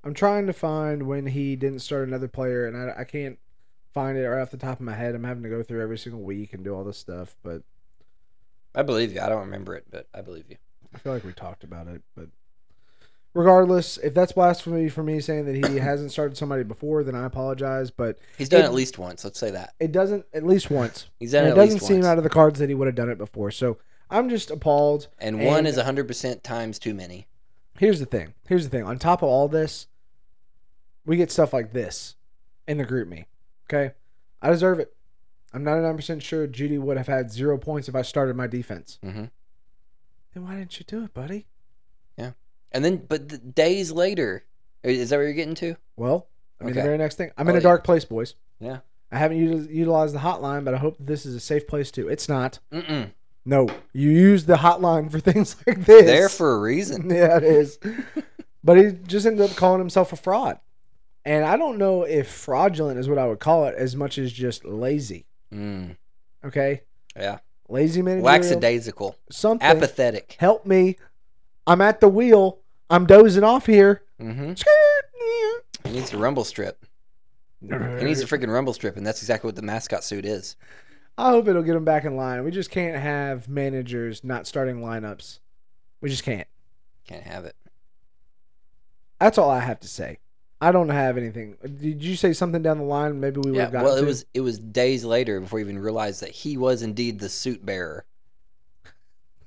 I'm trying to find when he didn't start another player, and I, I can't find it right off the top of my head. I'm having to go through every single week and do all this stuff, but I believe you. I don't remember it, but I believe you. I feel like we talked about it, but regardless, if that's blasphemy for me saying that he <coughs> hasn't started somebody before, then I apologize. But He's done It- it at least once. Let's say that. it doesn't at least once. He's And done it it at doesn't least seem once. out of the cards that he would have done it before. So I'm just appalled. and one and- is 100% times too many. Here's the thing. Here's the thing. On top of all this, we get stuff like this in the group me. Okay, I deserve it. I'm 99% sure Judy would have had zero points if I started my defense. Mhm. Then why didn't you do it, buddy? And then, but the days later, is that what you're getting to? Well, I mean, the Okay. very next thing. I'm Oh, in a yeah. dark place, boys. Yeah. I haven't util- utilized the hotline, but I hope this is a safe place too. It's not. Mm-mm. No, you use the hotline for <laughs> things like this. There for a <laughs> reason. yeah, it <laughs> is. but he just ended up calling himself a fraud, and I don't know if fraudulent is what I would call it as much as just lazy. Mm, Okay, yeah. lazy manager. Lackadaisical. Something. Apathetic. Help me! I'm at the wheel. I'm dozing off <laughs> here. Mm-hmm. He needs a rumble strip. He needs a freaking rumble strip, and that's exactly what the mascot suit is. I hope it'll get him back in line. We just can't have managers not starting lineups. We just can't. Can't have it. That's all I have to say. I don't have anything. Did you say something down the line? Maybe we would Yeah. have gotten Well, it to? was it was days later before he even realized that he was indeed the suit bearer.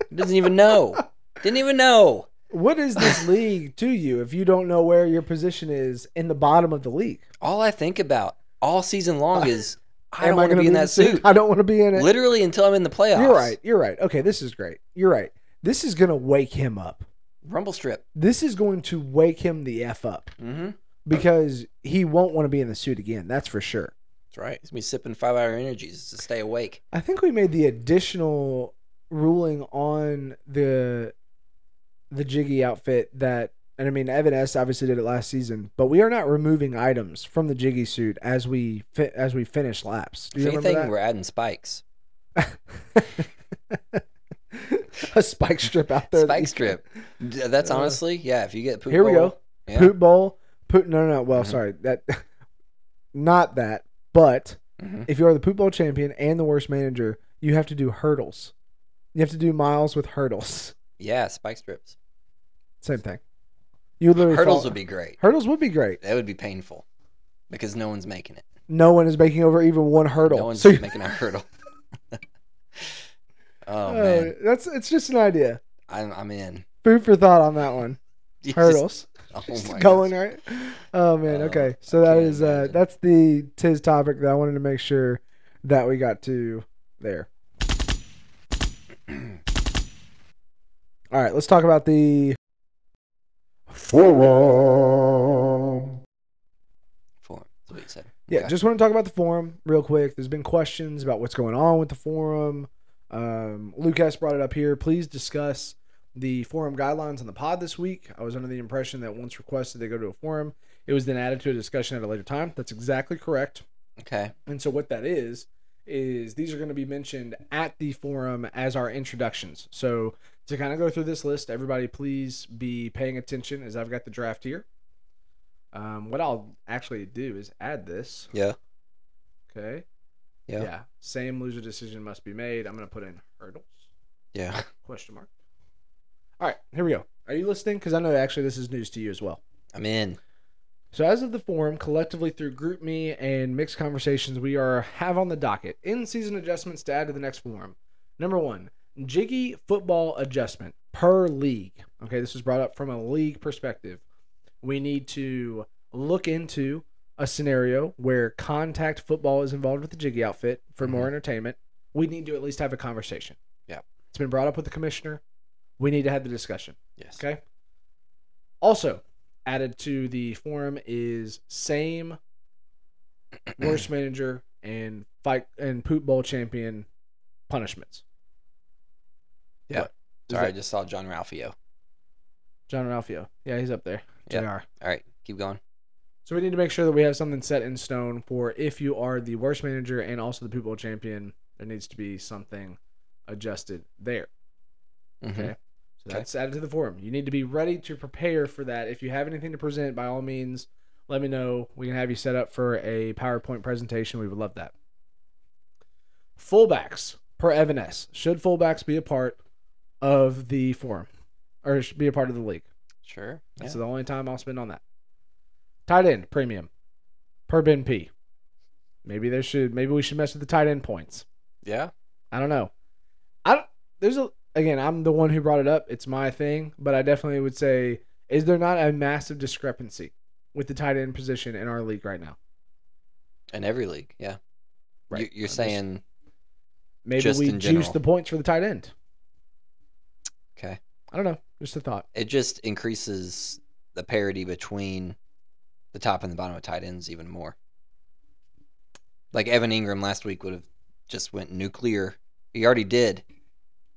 He doesn't <laughs> even know. Didn't even know. What is <laughs> this league to you if you don't know where your position is in the bottom of the league? All I think about all season <laughs> long is I Am don't want to gonna be in that the suit. I don't want to be in it. Literally until I'm in the playoffs. You're right. You're right. Okay, this is great. You're right. This is going to wake him up. Rumble strip. This is going to wake him the F up Mm-hmm. because he won't want to be in the suit again. That's for sure. That's right. He's gonna be sipping five hour energies to stay awake. I think we made the additional ruling on the the jiggy outfit that and I mean Evan S obviously did it last season, but we are not removing items from the jiggy suit as we fi- as we finish laps. Do you if remember anything, that? <laughs> we're adding spikes. a spike strip out there. that you can- Spike strip. D- That's Uh, honestly, yeah. If you get poop Here we bowl, go. yeah. Poop bowl. Poop. No, no. no, Well, Mhm. sorry. That. <laughs> Not that. But Mhm. if you are the poop bowl champion and the worst manager, you have to do hurdles. You have to do miles with hurdles. yeah, spike strips. Same thing. You literally Hurdles fall- would be great. hurdles would be great. That would be painful because no one's making it. No one is making over even one hurdle. No one's So you- making a hurdle. <laughs> oh Oh, man, that's it's just an idea. I'm I'm in. <laughs> Food for thought on that one. You just- Hurdles oh Just <laughs> my going goodness. right. Oh man. Oh, okay. So I that can't is uh imagine. that's the tiz topic that I wanted to make sure that we got to there. <clears throat> All right. Let's talk about the Forum. Four. That's what you said. yeah. Okay. Just want to talk about the forum real quick. There's been questions about what's going on with the forum. Um, Lucas brought it up here. Please discuss the forum guidelines on the pod this week. I was under the impression that once requested, they go to a forum. It was then added to a discussion at a later time. That's exactly correct. okay. And so what that is is these are going to be mentioned at the forum as our introductions. So to kind of go through this list, everybody please be paying attention as I've got the draft here. Um, what I'll actually do is add this. Yeah. Okay. Yeah. Yeah. Same loser decision must be made. I'm going to put in hurdles. Yeah. <laughs> Question mark. All right, here we go. Are you listening? Because I know actually this is news to you as well. I'm in. So as of the forum, collectively through group me and mixed conversations, we are have on the docket in season adjustments to add to the next forum. Number one, jiggy football adjustment per league. Okay, this was brought up from a league perspective. We need to look into a scenario where contact football is involved with the jiggy outfit for more entertainment. We need to at least have a conversation. Yeah. It's been brought up with the commissioner. We need to have the discussion. Yes. Okay. Also added to the forum is same worst manager and fight and poop bowl champion punishments. Yeah. What? Is Sorry, I that just saw John Ralphio. John Ralphio. Yeah, he's up there. Yeah. JR. All right, keep going. So we need to make sure that we have something set in stone for if you are the worst manager and also the poop bowl champion, there needs to be something adjusted there. Mhm. Okay. So Okay. that's added to the forum. You need to be ready to prepare for that. If you have anything to present, by all means, let me know. We can have you set up for a PowerPoint presentation. We would love that. Fullbacks per Evan S. Should fullbacks be a part of the forum or should be a part of the league? Sure. That's yeah. the only time I'll spend on that. Tight end premium per Ben P. Maybe there should maybe we should mess with the tight end points. yeah. I don't know. I don't, there's a again. I'm the one who brought it up. It's my thing, but I definitely would say, is there not a massive discrepancy with the tight end position in our league right now? In every league. Yeah. Right. You, you're I'm just- saying maybe just we in juice general. the points for the tight end. okay. I don't know. Just a thought. It just increases the parity between the top and the bottom of tight ends even more. Like Evan Ingram last week would have just went nuclear. He already did,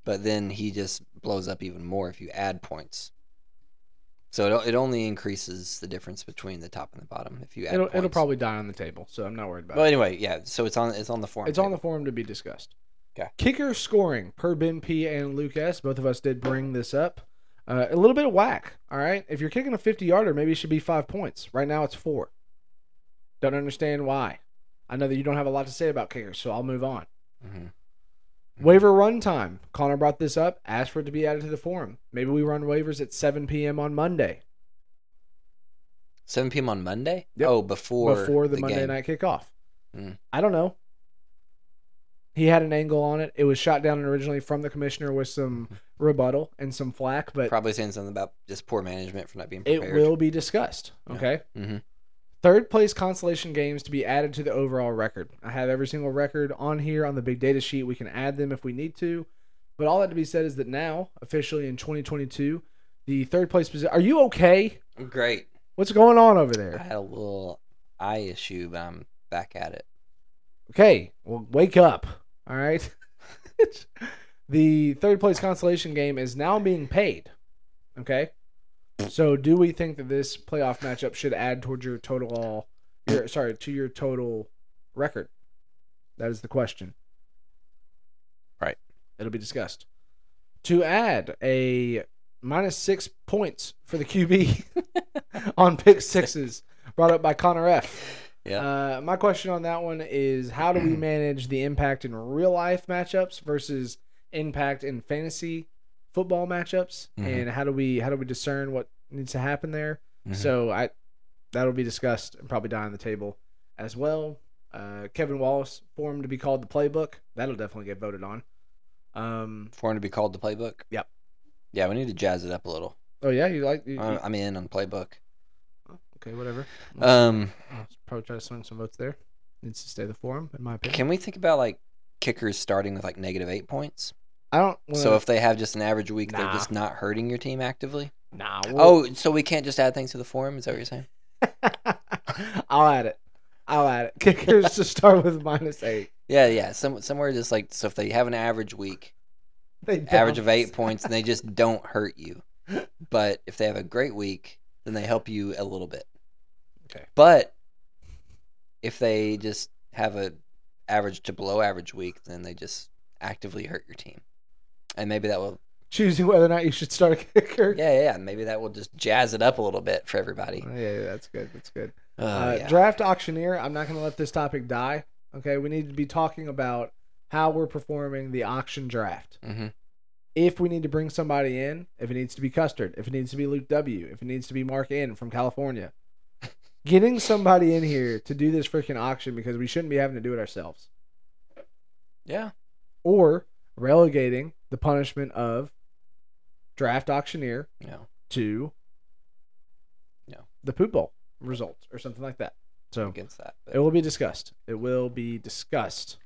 but then he just blows up even more if you add points. So it, it only increases the difference between the top and the bottom if you add It'll points. it'll probably die on the table, so I'm not worried about Well, it. anyway, yeah. So it's on it's on the form. It's on the forum to be discussed. Okay. Kicker scoring per Ben P and Luke S. Both of us did bring this up. Uh, a little bit of whack. All right. If you're kicking a 50 yarder, maybe it should be five points. Right now it's four. Don't understand why. I know that you don't have a lot to say about kickers, so I'll move on. hmm Waiver run time. Connor brought this up. Asked for it to be added to the forum. Maybe we run waivers at 7 p.m. on Monday 7 p.m. on Monday. Yep. Oh, before before the, Monday game. night kickoff. Mm. I don't know. He had an angle on it. It was shot down originally from the commissioner with some rebuttal and some flack, but Mm. Probably saying something about just poor management for not being it prepared. will be discussed. Yeah. Okay. Mm-hmm. Third place consolation games to be added to the overall record. I have every single record on here on the big data sheet. We can add them if we need to. But all that to be said is that now, officially in 2022, the third place position. Are you okay? Great. What's going on over I there? had a little eye issue, but I'm back at it. Okay, well, wake up. All right. <laughs> the third place consolation game is now being paid. Okay. So, do we think that this playoff matchup should add towards your total all? Your sorry, to your total record. That is the question. Right. It'll be discussed. to add a minus six points for the QB on pick sixes brought up by Connor F. Yeah. Uh, my question on that one is how do we manage the impact in real life matchups versus impact in fantasy football matchups, Mhm. and how do we how do we discern what needs to happen there? Mhm. So I that'll be discussed and probably die on the table as well. Uh, Kevin Wallace form to be called the playbook that'll definitely get voted on. Um, for him to be called the playbook. Yep. Yeah, we need to jazz it up a little. oh yeah, you like you, you- Mm-hmm. I- I'm in on playbook. okay, whatever. Um, I'll probably try to swing some votes there. Needs to stay the forum, in my opinion. can we think about like kickers starting with like negative eight points? I don't. Wanna, so if they have just an average week, they're Nah. just not hurting your team actively. <laughs> nah, oh, so we can't just add things to the form? Is that what you're saying? oh, <laughs> I'll add it. I'll add it. Kickers to start with minus eight. Yeah, yeah. Some somewhere just like so if they have an average week, <laughs> They average of bounce. eight points, and they just don't hurt you. But if they have a great week, then they help you a little bit. Okay. But if they just have a average to below average week, then they just actively hurt your team. And maybe that will Choosing whether or not you should start a kicker. yeah, yeah, yeah, maybe that will just jazz it up a little bit for everybody. Oh, yeah, yeah, that's good. That's good. Uh, uh, yeah. Draft auctioneer. I'm not going to let this topic die. Okay, we need to be talking about how we're performing the auction draft. Mhm. if we need to bring somebody in, if it needs to be Custard, if it needs to be Luke W, if it needs to be Mark N from California, <laughs> getting somebody in here to do this freaking auction because we shouldn't be having to do it ourselves, Yeah. or relegating the punishment of draft auctioneer No. to No. the poop bowl results or something like that. So Against that. but- it will be discussed. It will be discussed.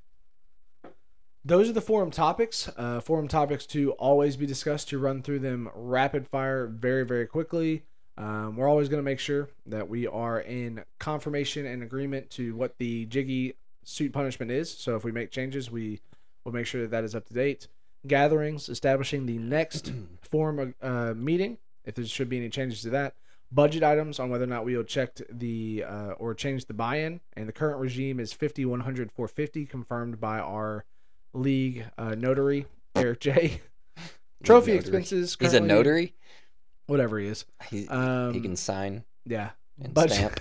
Those are the forum topics. Uh, forum topics to always be discussed, to run through them rapid fire very, very quickly. Um, we're always going to make sure that we are in confirmation and agreement to what the jiggy suit punishment is. So if we make changes, we will make sure that that is up to date. Gatherings, establishing the next forum uh, meeting, if there should be any changes to that budget items on whether or not we will check the uh, or change the buy-in and the current regime is 50 100 450 confirmed by our league uh, notary eric <laughs> j trophy notary. expenses He's a currently- notary. whatever he is He, um, he can sign yeah and budget- stamp.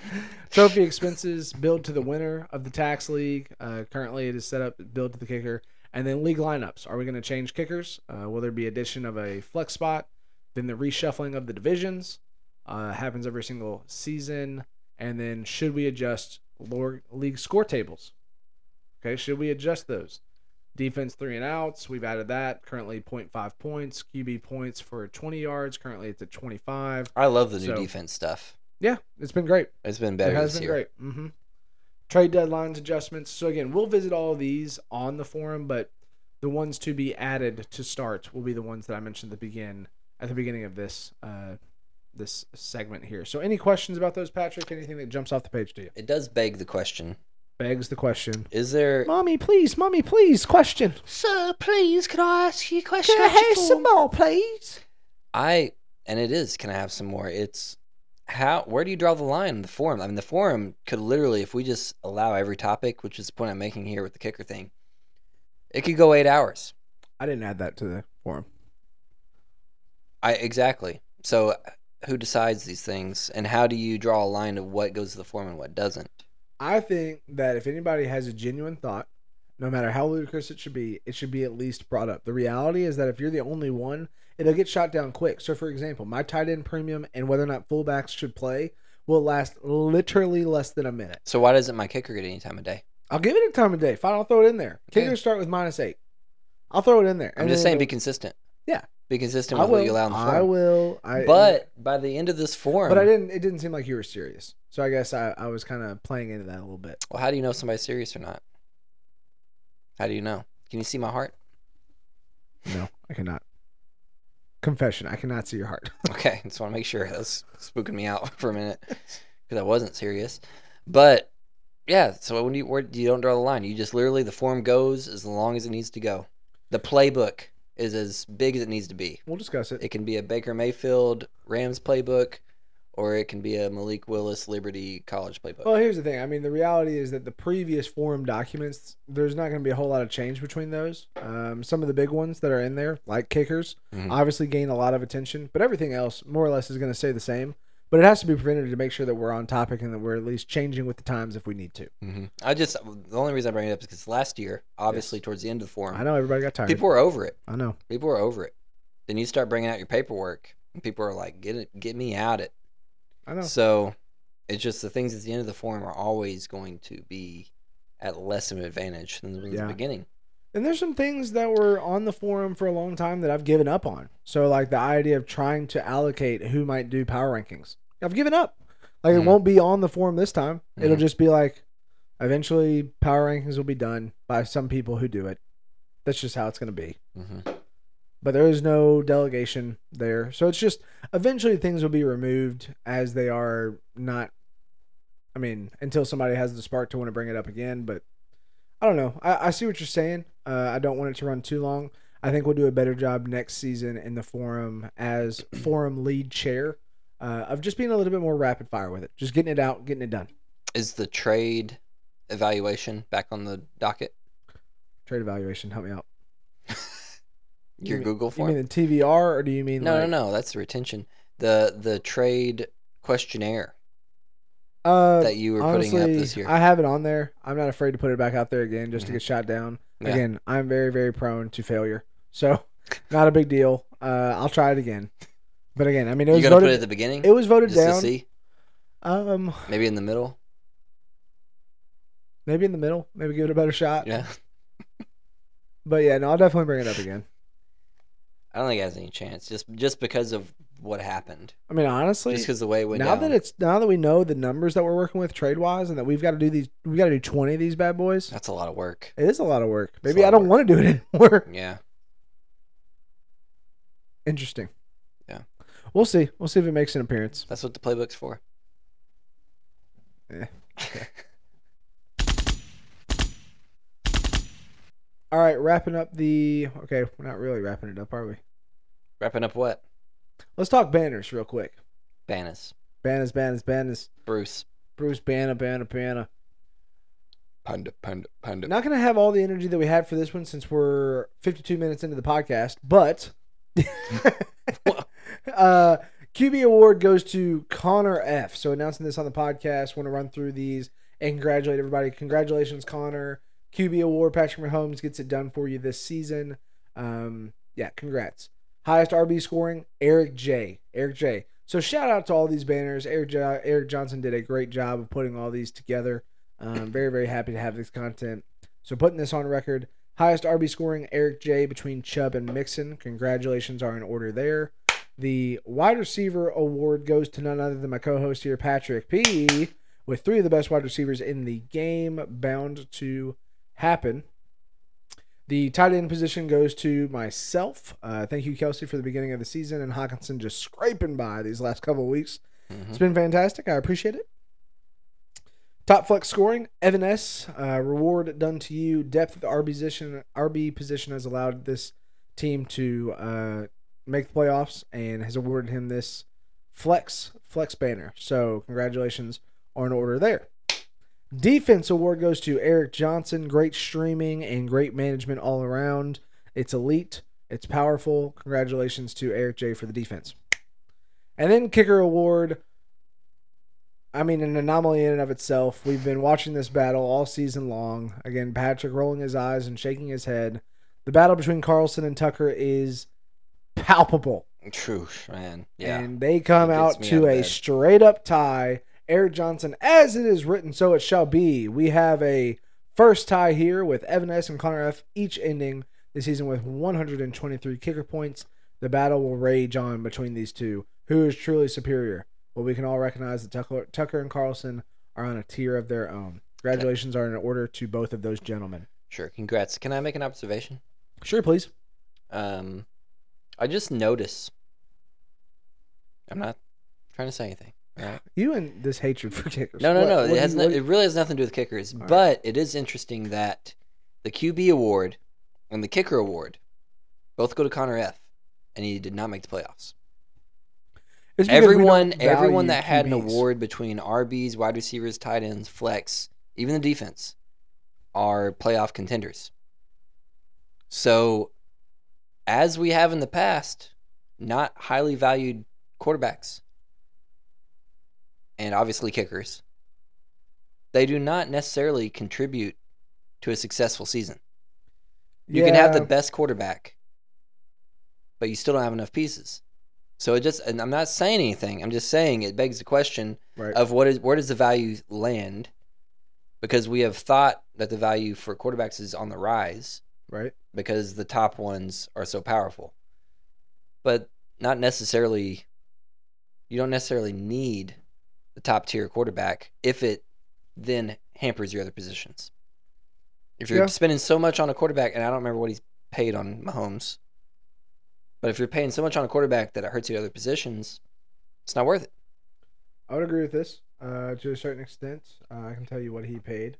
<laughs> trophy expenses billed to the winner of the tax league uh, currently it is set up billed to the kicker and then league lineups are we going to change kickers uh, will there be addition of a flex spot then the reshuffling of the divisions uh, happens every single season and then should we adjust lower league score tables okay should we adjust those defense three and outs we've added that currently 0.5 points qb points for 20 yards currently it's at 25 I love the new So- defense stuff. yeah it's been great It's been better it has this been year. great. hmm Trade deadlines, adjustments. So again, we'll visit all of these on the forum, but the ones to be added to start will be the ones that I mentioned at the begin at the beginning of this uh, this segment here. So any questions about those, Patrick? Anything that jumps off the page to you? It does beg the question: Begs the question. Is there? Mommy, please, mommy, please, question. Sir, please, can I ask you a question? Can I have some more, please? I and it is. Can I have some more? It's how? Where do you draw the line in the forum? I mean, the forum could literally, if we just allow every topic, which is the point I'm making here with the kicker thing, it could go eight hours. I didn't add that to the forum. I exactly. So, who decides these things, and how do you draw a line of what goes to the forum and what doesn't? I think that if anybody has a genuine thought, no matter how ludicrous it should be, it should be at least brought up. The reality is that if you're the only one, it'll get shot down quick. So, for example, my tight end premium and whether or not fullbacks should play will last literally less than a minute. So, why doesn't my kicker get any time of day? I'll give it a time of day. Fine, I'll throw it in there. Okay. Kickers start with minus eight. I'll throw it in there. I'm just saying, then be consistent. Uh, Yeah. be consistent I with what will. you allow in the forum. I will. I, But by the end of this forum, but I didn't. It didn't seem like you were serious. So I guess I, I was kind of playing into that a little bit. Well, how do you know if somebody's serious or not? How do you know? Can you see my heart? <laughs> No, I cannot. Confession: I cannot see your heart. Okay, just want to make sure. That was spooking me out <laughs> for a minute because I wasn't serious. But yeah, so when you where, you don't draw the line, you just literally the form goes as long as it needs to go. The playbook is as big as it needs to be. We'll discuss it. It can be a Baker Mayfield Rams playbook, or it can be a Malik Willis Liberty College playbook. Well, here's the thing. I mean, the reality is that the previous forum documents, there's not going to be a whole lot of change between those. Um, some of the big ones that are in there, like kickers, Mhm. obviously gain a lot of attention, but everything else, more or less, is going to stay the same. But it has to be prevented to make sure that we're on topic and that we're at least changing with the times if we need to. hmm I just the only reason I bring it up is because last year, obviously towards the end of the I forum, know everybody got tired. people were over it. I know. People were over it. Then you start bringing out your paperwork, and people are like, "Get it, get me out it." I know. So it's just the things at the end of the forum are always going to be at less of an advantage than the ones at Yeah. the beginning. And there's some things that were on the forum for a long time that I've given up on. So like the idea of trying to allocate who might do power rankings. I've given up. Like Mhm. it won't be on the forum this time. It'll Mhm. just be like eventually power rankings will be done by some people who do it. That's just how it's going to be. Mm-hmm. But there is no delegation there. So it's just eventually things will be removed as they are not I mean, until somebody has the spark to want to bring it up again, but I don't know. I, I see what you're saying. Uh, I don't want it to run too long. I think we'll do a better job next season in the forum as <clears throat> forum lead chair uh, of just being a little bit more rapid fire with it, just getting it out, getting it done. Is the trade evaluation back on the docket? Trade evaluation, help me out. Your mean- Google You form? mean the TVR, or do you mean no, like- no, no. That's the retention. The the trade questionnaire Uh, that you were honestly, putting up this year. I have it on there. I'm not afraid to put it back out there again just Mhm. to get shot down. Yeah. Again, I'm very, very prone to failure, so <laughs> not a big deal. Uh, I'll try it again. But again, I mean, it You're was gonna put it at voted. the beginning? It was voted just to down. see? Um, Maybe in the middle? maybe in the middle. Maybe give it a better shot. Yeah. But yeah, no, I'll definitely bring it up again. I don't think it has any chance. Just just because of what happened. I mean, honestly, Just because the way it went now down. that it's now that we know the numbers that we're working with trade wise, and that we've got to do these, we got to do twenty of these bad boys. that's a lot of work. It is a lot of work. a Maybe lot I of don't want to do it <laughs> anymore. Yeah. Interesting. Yeah. We'll see. We'll see if it makes an appearance. That's what the playbook's for. Eh, All right, wrapping up the. Okay, we're not really wrapping it up, are we? Wrapping up what? Let's talk banners real quick. Bannis. Banners, banners, banners. Bruce. Bruce Banner, Banner, Banner. Panda, panda, panda. Not going to have all the energy that we had for this one since we're 52 minutes into the podcast, but. <laughs> uh, QB award goes to Connor F. So announcing this on the podcast, want to run through these and congratulate everybody. Congratulations, Connor. QB award, Patrick Mahomes gets it done for you this season. Um, yeah, congrats. Highest RB scoring, Eric J. Eric J. So shout out to all these banners. Eric jo- Eric Johnson did a great job of putting all these together. Um, very very happy to have this content. So putting this on record, highest RB scoring, Eric J. Between Chubb and Mixon. Congratulations are in order there. The wide receiver award goes to none other than my co-host here, Patrick P. With three of the best wide receivers in the game, bound to happen. The tight end position goes to myself. Uh, thank you, Kelsey, for the beginning of the season and Hawkinson just scraping by these last couple of weeks. Mhm. It's been fantastic. I appreciate it. Top flex scoring, Evan S. Uh, reward done to you. Depth at the RB position, RB position has allowed this team to uh, make the playoffs and has awarded him this flex flex banner. So congratulations on order there. Defense award goes to Eric Johnson. Great streaming and great management all around. It's elite. It's powerful. Congratulations to Eric J for the defense. And then kicker award. I mean, an anomaly in and of itself. We've been watching this battle all season long. Again, Patrick rolling his eyes and shaking his head. The battle between Carlson and Tucker is palpable True, man. Yeah. and they come It gets out me out to of a bed. straight up tie. Eric Johnson, as it is written, so it shall be. We have a first tie here with Evan S. and Connor F. Each ending the season with 123 kicker points. The battle will rage on between these two. Who is truly superior? Well, we can all recognize that Tucker, Tucker and Carlson are on a tier of their own. Congratulations are in order to both of those gentlemen. Sure. Congrats. Can I make an observation? Sure, please. Um, I just notice. I'm not trying to say anything. all Right? You and this hatred for kickers. No, no, What- no. what do It has you- no, what- It really has nothing to do with kickers. right. but it is interesting that the QB award and the kicker award both go to Connor F, and he did not make the playoffs. It's because we Everyone, don't everyone value that had an QBs. award between RBs, wide receivers, tight ends, flex, even the defense, are playoff contenders. So, as we have in the past, not highly valued quarterbacks and obviously kickers, they do not necessarily contribute to a successful season. You can have the Yeah. best quarterback, but you still don't have enough pieces. So it just, and I'm not saying anything. I'm just saying it begs the question Right. of what is where does the value land? Because we have thought that the value for quarterbacks is on the rise right. because the top ones are so powerful, but not necessarily. You don't necessarily need the top tier quarterback if it then hampers your other positions. If you're Yeah. spending so much on a quarterback, and I don't remember what he's paid on Mahomes, but if you're paying so much on a quarterback that it hurts your other positions, it's not worth it. I would agree with this uh, to a certain extent. Uh, I can tell you what he paid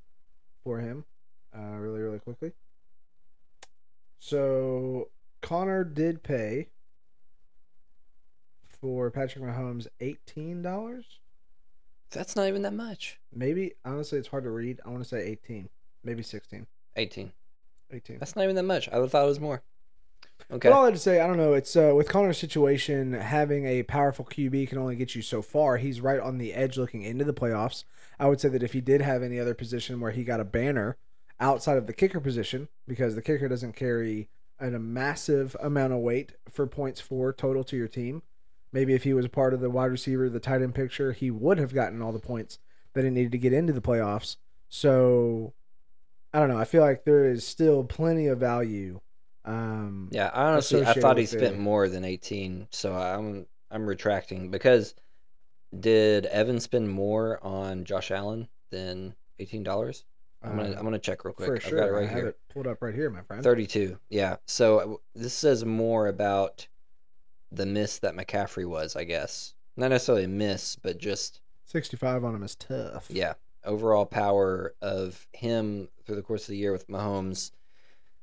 for him uh, really, really quickly. So Connor did pay for Patrick Mahomes eighteen dollars. That's not even that much. Maybe honestly, it's hard to read. I want to say eighteen, maybe sixteen. 18. 18. That's not even that much. I would've thought it was more. Okay. But all that to say, I don't know. It's uh, with Connor's situation, having a powerful QB can only get you so far. He's right on the edge looking into the playoffs. I would say that if he did have any other position where he got a banner outside of the kicker position, because the kicker doesn't carry an, a massive amount of weight for points for total to your team, maybe if he was part of the wide receiver, the tight end picture, he would have gotten all the points that he needed to get into the playoffs. So I don't know. I feel like there is still plenty of value. Um, Yeah, I honestly I associated thought he with spent it. more than eighteen, so I'm I'm retracting because did Evan spend more on Josh Allen than eighteen dollars? I'm gonna Uh, I'm gonna check real quick. For I've sure. got it right I have here. it pulled up right here, my friend. Thirty two. Yeah. So uh, w- this says more about the miss that McCaffrey was, I guess. Not necessarily a miss, but just 65 on him is tough. yeah, overall power of him through the course of the year with Mahomes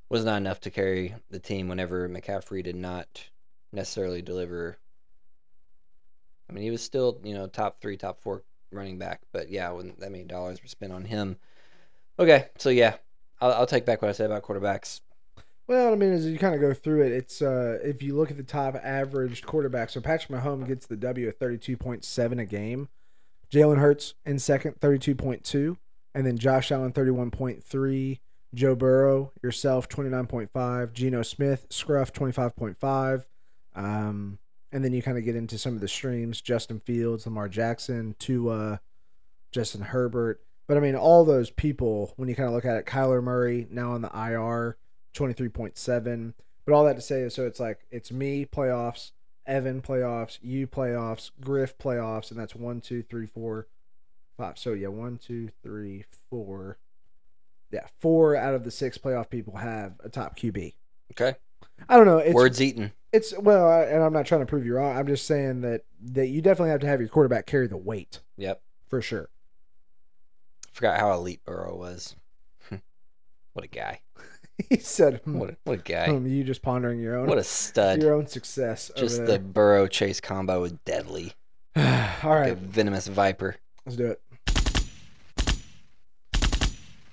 was not enough to carry the team whenever McCaffrey did not necessarily deliver. I mean, he was still, you know, top three, top four running back, but yeah, when that many dollars were spent on him. Okay, so yeah, I'll, I'll take back what I said about quarterbacks. Well, I mean, as you kind of go through it, it's uh, if you look at the top averaged quarterback, so Patrick Mahomes gets the W at 32.7 a game. Jalen Hurts in second, 32.2. And then Josh Allen, 31.3. Joe Burrow, yourself, 29.5. Geno Smith, Scruff, 25.5. Um, and then you kind of get into some of the streams Justin Fields, Lamar Jackson, Tua, Justin Herbert. But I mean, all those people, when you kind of look at it, Kyler Murray now on the IR, 23.7. But all that to say is so it's like it's me, playoffs, Evan, playoffs, you, playoffs, Griff, playoffs, and that's one, two, three, four, five. So yeah, one, two, three, four. Yeah, four out of the six playoff people have a top QB. Okay, I don't know. It's words eaten. it's well, I- and I'm not trying to prove you wrong. I'm just saying that that you definitely have to have your quarterback carry the weight Yep, for sure. <laughs> forgot how elite Burrow was. <laughs> what a guy! he said, hmm, What a, what a guy! hmm, "You just pondering your own What a stud! your own success." over Just the there. Burrow Chase combo is deadly. <sighs> all Like a right. venomous viper. Let's do it.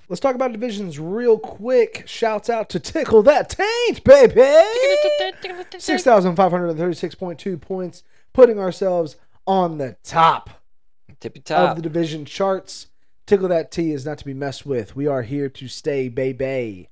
Let's talk about divisions real quick. Shouts out to Tickle That Taint, baby! 6,536.2 points, putting ourselves on the top Tippy of top. the division charts. Tickle That T is not to be messed with. We are here to stay, baby.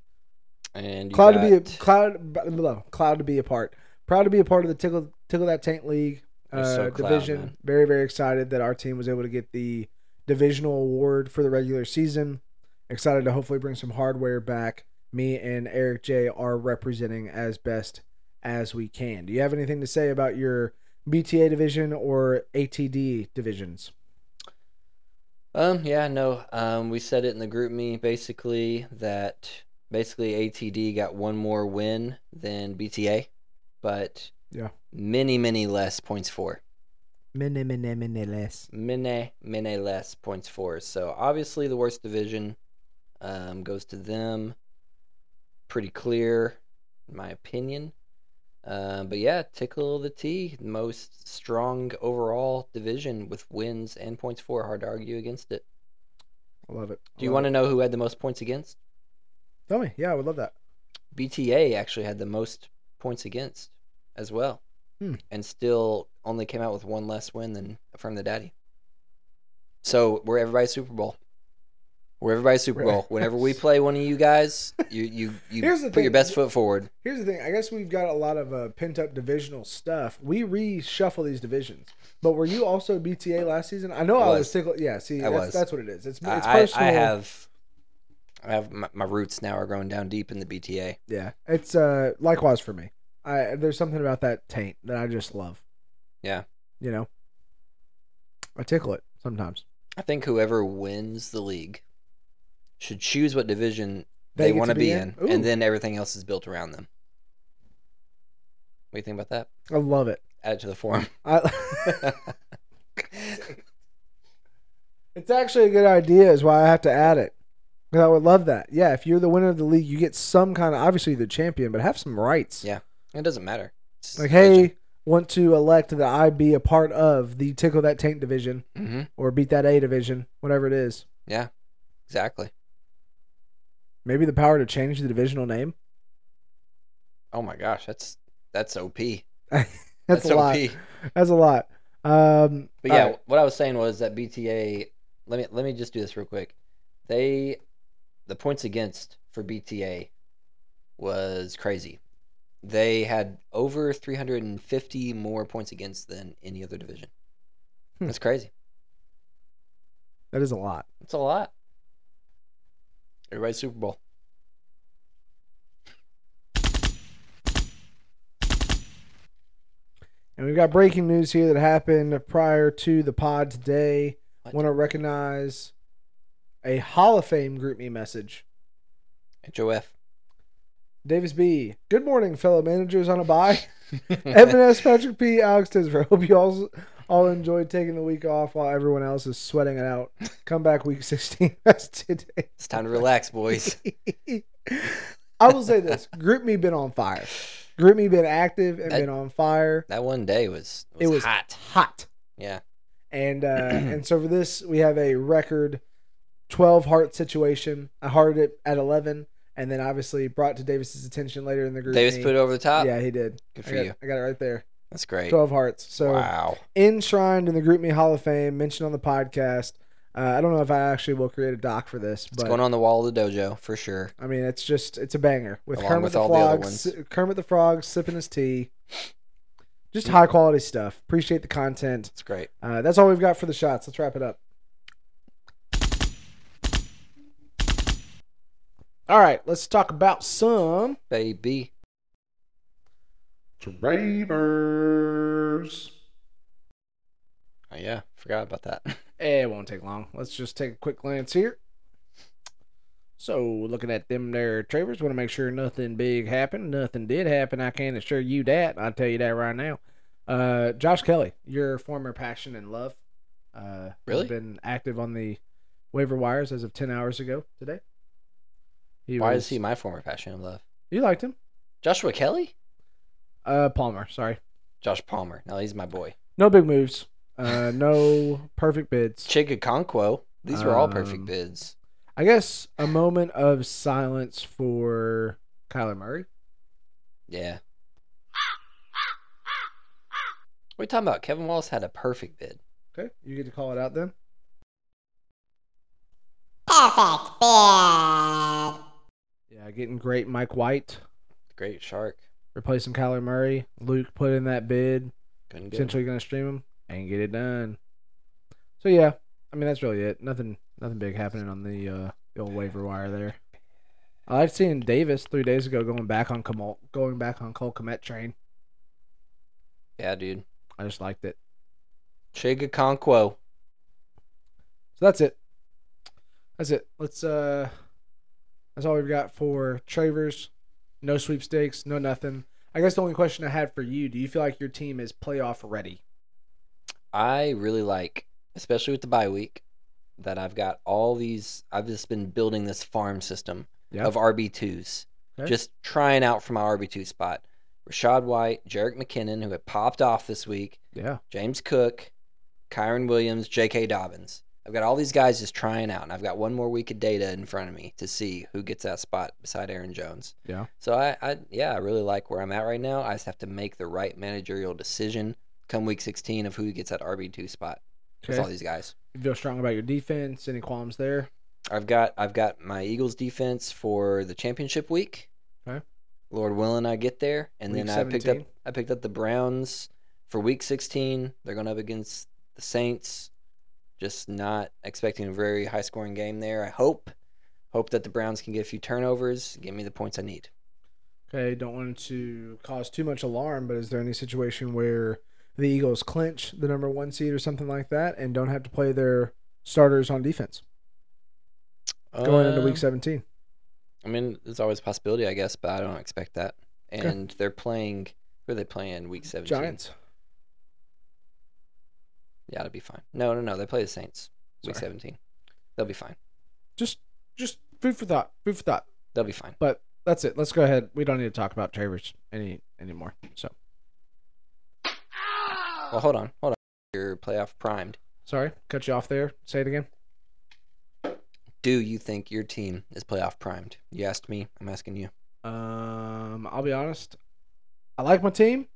and you Cloud got, to be a cloud, blah, blah, cloud to be a part. Proud to be a part of the tickle tickle that taint league You're uh, so cloud, division. man. very very excited that our team was able to get the divisional award for the regular season. Excited to hopefully bring some hardware back. Me and Eric J are representing as best as we can. Do you have anything to say about your BTA division or ATD divisions? Um, yeah, no. Um, we said it in the group me basically that basically ATD got one more win than BTA, but Yeah. many, many less points for. Mini mini mini less. Many, many less points for. So obviously the worst division um, goes to them. Pretty clear, in my opinion. Uh, but yeah, tickle the T, most strong overall division with wins and points for. Hard to argue against it. I love it. Do you want to know who had the most points against? Tell me. Yeah, I would love that. BTA actually had the most points against as well, Hmm. and still only came out with one less win than Affirm the Daddy. So we're everybody's Super Bowl. We're everybody's Super Right. Bowl. <laughs> Whenever we play one of you guys, you you you Here's the put your thing. best foot forward. Here's the thing. I guess we've got a lot of uh, pent up divisional stuff. We reshuffle these divisions. But were you also BTA last season? I know I I was, was. tickle. Yeah, see, I that's, was. that's what it is. It's, it's I, I- personal. I have, I have my, my roots now are going down deep in the BTA. Yeah, it's uh likewise for me. I there's something about that taint that I just love. Yeah. you know, I tickle it sometimes. I think whoever wins the league should choose what division They they, get want to be, in, Ooh, and then everything else is built around them. What do you think about that? I love it. Add it to the forum. <laughs> I, <laughs> it's actually a good idea, is why I have to add it. 'Cause I would love that. Yeah, if you're the winner of the league, you get some kind of obviously the champion, but have some rights. Yeah. it doesn't matter. It's just Like, a division. hey, want to elect that I be a part of the tickle that taint division Mhm, or beat that A division, whatever it is. yeah, exactly. Maybe the power to change the divisional name. Oh my gosh, that's that's OP. That's, a lot. OP. That's a lot. Um, But all yeah, right. what I was saying was that BTA. Let me let me just do this real quick. They, the points against for BTA, was crazy. They had over 350 more points against than any other division. Hmm. That's crazy. that is a lot. That's a lot. Everybody's Super Bowl. And we've got breaking news here that happened prior to the pod today. What? Want to recognize a Hall of Fame group me message. HOF. <laughs> <laughs> Davis B. Good morning, fellow managers on a bye. <laughs> <laughs> Evan S. Patrick P. Alex Tisber. <laughs> Hope you all all enjoyed taking the week off while everyone else is sweating it out. Come back week <laughs> 16 rest today. it's time to relax, boys. I will say this: Group Me been on fire. Group Me been active and That- been on fire. That one day was, was It was hot. Hot. Yeah. <clears throat> And uh, and so for this, we have a record twelve heart situation. I hearted it at eleven, and then obviously brought to Davis's attention later in the group. Davis Me. put it over the top. Yeah, he did. Good I for got, you. I got it right there. That's great. Twelve hearts. So Wow. enshrined in the Group Me Hall of Fame, mentioned on the podcast. Uh, I don't know if I actually will create a doc for this, It's but going on the wall of the dojo for sure. I mean, it's just it's a banger with Along Kermit with the all the other Frog. ones. si- Kermit the Frog sipping his tea. Mm. Just high quality stuff. Appreciate the content. It's great. Uh, that's all we've got for the shots. Let's wrap it up. All right, let's talk about some. Baby. Travers. Oh, yeah, forgot about that. Eh, It won't take long. Let's just take a quick glance here. So, looking at them there, Travers, want to make sure nothing big happened. Nothing did happen. I can assure you that. I'll tell you that right now. Uh, Josh Kelly, your former passion and love, uh, Really? been active on the waiver wires as of ten hours ago today. <laughs> He Why was- is he my former passion of love? You liked him, Joshua Kelly? uh, Palmer. Sorry, Josh Palmer. No, he's my boy. no big moves. Uh, no perfect bids. <laughs> Chigakonquo. These were all perfect Um, bids. I guess a moment of silence for Kyler Murray. Yeah. What are you talking about? Kevin Wallace had a perfect bid. Okay, you get to call it out then. Perfect bid. Yeah, getting great Mike White, Great shark. replacing Kyler Murray. Luke put in that bid, Couldn't get him. potentially going to stream him and get it done. So yeah, I mean that's really it. Nothing, nothing big happening on the uh, the old waiver wire there. I liked seeing Davis three days ago going back on Kamal, going back on Cole Komet train. Yeah, dude. I just liked it. Chigakonquo. So that's it. That's it. Let's uh that's all we've got for Travers. No sweepstakes, no nothing. I guess the only question I had for you, do you feel like your team is playoff ready? I really like, especially with the bye week, that I've got all these. I've just been building this farm system Yeah. of RB twos, Okay. just trying out for my RB two spot. Rashad White, Jarek McKinnon, who had popped off this week, Yeah. James Cook, Kyron Williams, J.K. Dobbins. I've got all these guys just trying out, and I've got one more week of data in front of me to see who gets that spot beside Aaron Jones. Yeah. So I, I yeah, I really like where I'm at right now. I just have to make the right managerial decision come week 16 of who gets that RB2 spot with all Okay. these guys. You feel strong about your defense. Any qualms there? I've got I've got my Eagles defense for the championship week. Okay. Lord willing, I get there, and Week then I picked up 17. I picked up the Browns for Week 16. They're going up against the Saints. Just not expecting a very high scoring game there. I hope hope that the Browns can get a few turnovers, give me the points I need. Okay. Don't want to cause too much alarm, but is there any situation where the Eagles clinch the number one seed or something like that and don't have to play their starters on defense going into Um, week 17? I mean, there's always a possibility, I guess, but I don't expect that. Okay. And they're playing. Who are they playing? Week 17. Giants. Yeah, it'll be fine. No, no, no. They play the Saints. Week Sorry. 17. They'll be fine. Just, just food for thought. Food for thought. They'll be fine. But that's it. Let's go ahead. We don't need to talk about Travers any anymore. So Well, hold on, hold on. Your playoff primed. sorry, cut you off there. Say it again. Do you think your team is playoff primed? You asked me. I'm asking you. Um, I'll be honest. I like my team.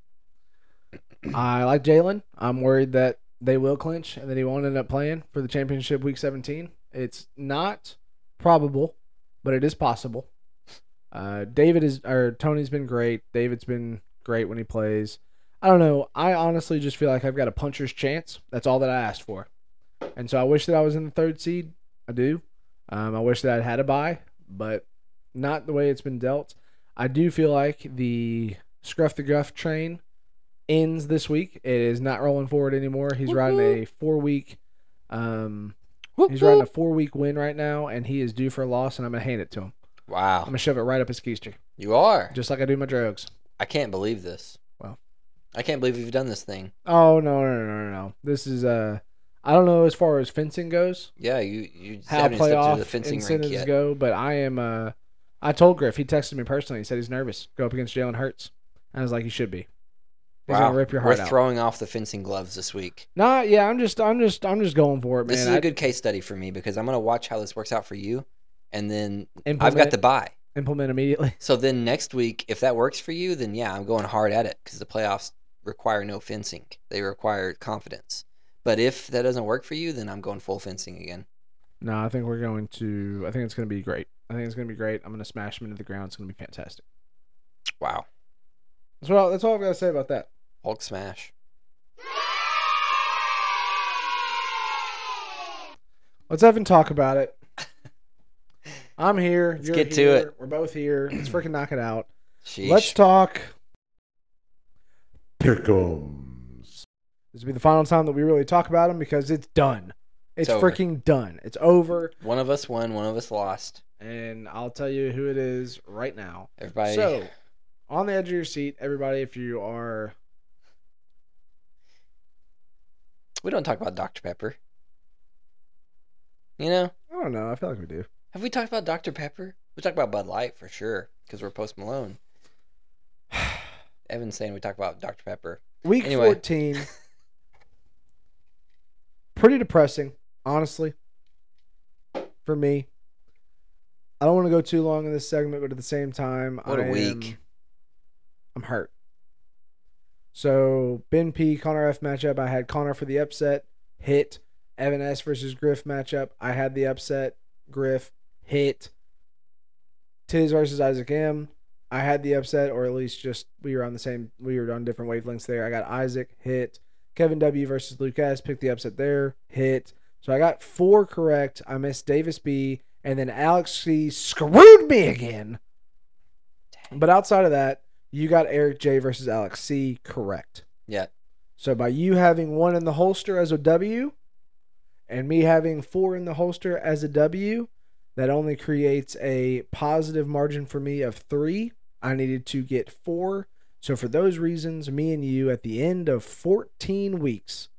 I like Jalen. I'm worried that they will clinch and that he won't end up playing for the championship week 17. It's not probable, but it is possible. Uh, David is or Tony's been great. David's been great when he plays. I don't know. I honestly just feel like I've got a puncher's chance. That's all that I asked for. And so I wish that I was in the third seed. I do. Um, I wish that I'd had a bye, but not the way it's been dealt. I do feel like the Scruff the Gruff train ends this week. It is not rolling forward anymore. He's riding a four week um he's riding a four week win right now and he is due for a loss and I'm gonna hand it to him. Wow, I'm gonna shove it right up his keister. you are. Just like I do my drugs. I can't believe this. Well. I can't believe you've done this thing. Oh no no no no no. This is uh I don't know as far as fencing goes, Yeah, you you just how haven't even stepped playoff through the fencing rink incentives yet. go, but I am uh I told Griff, he texted me personally, he said he's nervous. Go up against Jalen Hurts. And I was like, You should be. He's wow, gonna rip your we're heart out. throwing off the fencing gloves this week. Nah, yeah, I'm just, I'm just, I'm just going for it, man. this is I a good case study for me because I'm gonna watch how this works out for you, and then I've implement, got the buy. implement immediately. <laughs> So then next week, if that works for you, then yeah, I'm going hard at it because the playoffs require no fencing. They require confidence. But if that doesn't work for you, then I'm going full fencing again. No, I think we're going to. I think it's going to be great. I think it's going to be great. I'm going to smash him into the ground. It's going to be fantastic. Wow. That's all. That's all I've got to say about that. Hulk smash. Let's have and talk about <laughs> it. I'm here. Let's you're get to here, it. We're both here. Let's freaking knock it out. Sheesh. Let's talk. Pickums. This will be the final time that we really talk about him because it's done. It's It's over. freaking done. It's over. one of us won, one of us lost. And I'll tell you who it is right now. Everybody. So, on the edge of your seat, everybody, if you are, we don't talk about Dr. Pepper. You know, I don't know, I feel like we do. have we talked about Dr. Pepper? We talked about Bud Light for sure because we're post Malone. <sighs> Evan's saying we talk about Dr. Pepper. Week Anyway. 14. <laughs> pretty depressing, honestly, for me. I don't want to go too long in this segment, but at the same time, What I a week. am- I'm hurt. So Ben P Connor F matchup. I had Connor for the upset, hit. Evan S versus Griff matchup. I had the upset, Griff hit. Tiz versus Isaac M. I had the upset, or at least just we were on the same. We were on different wavelengths there. I got Isaac hit. Kevin W versus Lucas picked the upset there, hit. So I got four correct. I missed Davis B, and then Alex C screwed me again. But outside of that, you got Eric J versus Alex C correct. Yeah. So by you having one in the holster as a W and me having four in the holster as a W, that only creates a positive margin for me of three. I needed to get four. So for those reasons, me and you at the end of 14 weeks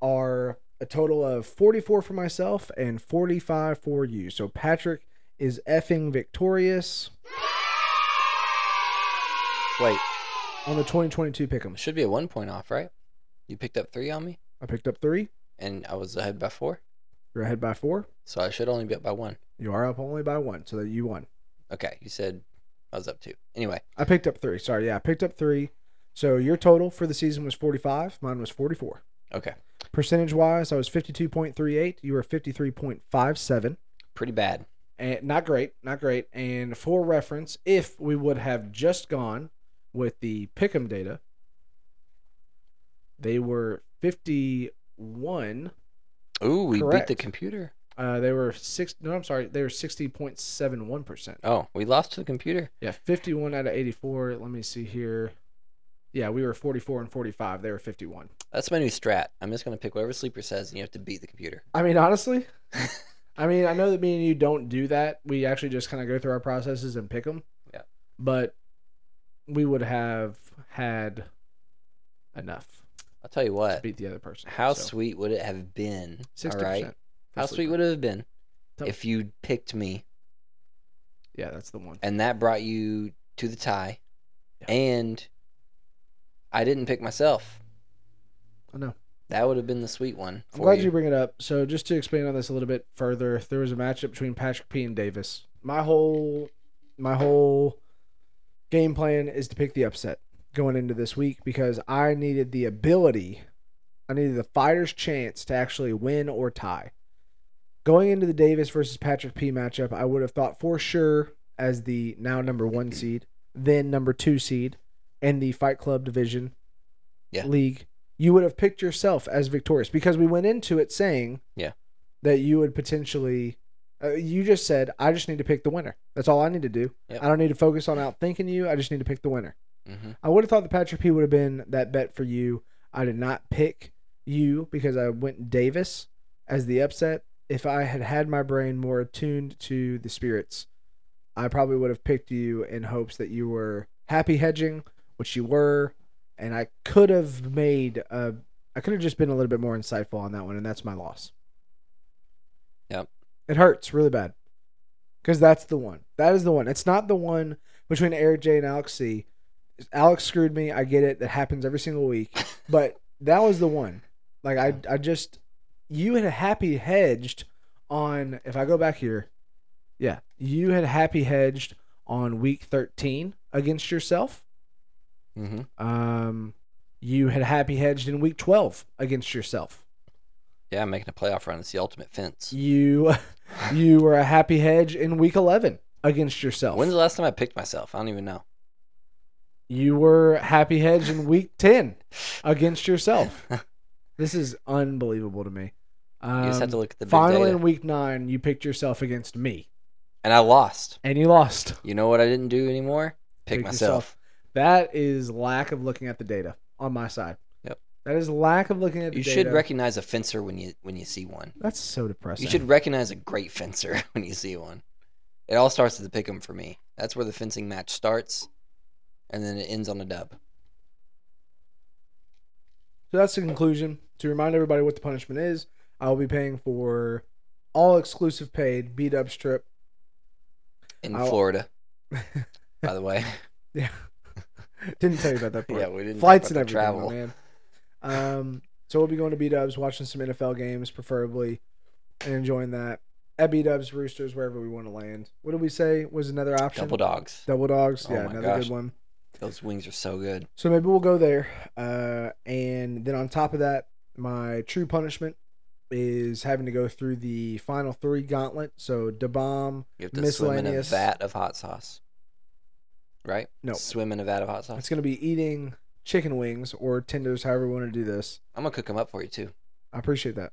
are a total of 44 for myself and 45 for you. So Patrick is effing victorious. Wait, on the 2022 pick'em. Should be a one point off, right? You picked up three on me, I picked up three. and I was ahead by four, You're ahead by four. so I should only be up by one. You are up only by one, so that you won. Okay, you said I was up two. Anyway, I picked up three. Sorry, yeah, I picked up three. So your total for the season was 45. Mine was 44. okay, Percentage wise, I was 52.38. You were 53.57. pretty bad. And not great, not great. And for reference, if we would have just gone with the pick'em data, they were 51. Ooh, we beat Correct. the computer. Uh, they were six. No, I'm sorry. They were 60.71 percent. Oh, we lost to the computer. Yeah, 51 out of 84. Let me see here. Yeah, we were 44 and 45. They were 51. That's my new strat. I'm just gonna pick whatever sleeper says, and you have to beat the computer. I mean, honestly, <laughs> I mean, I know that me and you don't do that. We actually just kind of go through our processes and pick them. Yeah. But we would have had enough I'll tell you to what. beat the other person. How so, sweet would it have been? All right. for How sweet sleeper. would it have been Tell- if you picked me Yeah, that's the one. and that brought you to the tie, and I didn't pick myself? I know. That would have been the sweet one. I'm for glad you. bring it up. So just to expand on this a little bit further, there was a matchup between Patrick P and Davis. My whole my whole game plan is to pick the upset going into this week because I needed the ability, I needed the fighter's chance to actually win or tie. Going into the Davis versus Patrick P matchup, I would have thought for sure as the now number one seed, then number two seed, and the Fight Club division Yeah. league, you would have picked yourself as victorious because we went into it saying Yeah. that you would potentially. Uh, you just said, I just need to pick the winner. That's all I need to do. Yep. I don't need to focus on outthinking you. I just need to pick the winner. Mhm. I would have thought that Patrick P would have been that bet for you. I did not pick you because I went Davis as the upset. If I had had my brain more attuned to the spirits, I probably would have picked you in hopes that you were happy hedging, which you were, and I could have made a. I could have just been a little bit more insightful on that one, and that's my loss. Yep. It hurts really bad. Because that's the one. That is the one. It's not the one between Eric J and Alex C. Alex screwed me. I get it. That happens every single week. But that was the one. Like I, I just you had happy hedged on. If I go back here, yeah, you had happy hedged on week thirteen against yourself. Mhm. Um, you had happy hedged in week twelve against yourself. Yeah, I'm making a playoff run. It's the ultimate fence. You, <laughs> you were a happy hedge in week eleven against yourself. When's the last time I picked myself? I don't even know. You were happy hedge in week 10 against <laughs> yourself. This is unbelievable to me. Um, You just have to look at the big finally, data. in week 9, you picked yourself against me and I lost. and you lost. You know what I didn't do anymore? Pick, Pick myself. That is lack of looking at the data on my side. Yep. That is lack of looking at the You data. should recognize a fencer when you when you see one. That's so depressing. You should recognize a great fencer <laughs> when you see one. It all starts at the pick'em for me. That's where the fencing match starts, and then it ends on a dub. So that's the conclusion. To remind everybody what the punishment is, I will be paying for all exclusive paid beat up strip. In I'll- <laughs> Florida, by the way. Yeah. Didn't tell you about that part. we didn't talk flights and about everything, the my man. Um, so we'll be going to B Dubs, watching some NFL games, preferably, and enjoying that at B Dubs, Roosters, wherever we want to land. What did we say was another option? Double dogs. Double dogs. Oh yeah, my another gosh. good one. Those wings are so good. So maybe we'll go there. Uh, and then on top of that, my true punishment is having to go through the final three gauntlet. So da bomb. You have to swim in a Miscellaneous. vat of hot sauce. Right? No. Swim in a vat of hot sauce. It's gonna be eating chicken wings or tenders, however we want to do this. I'm gonna cook them up for you too. I appreciate that.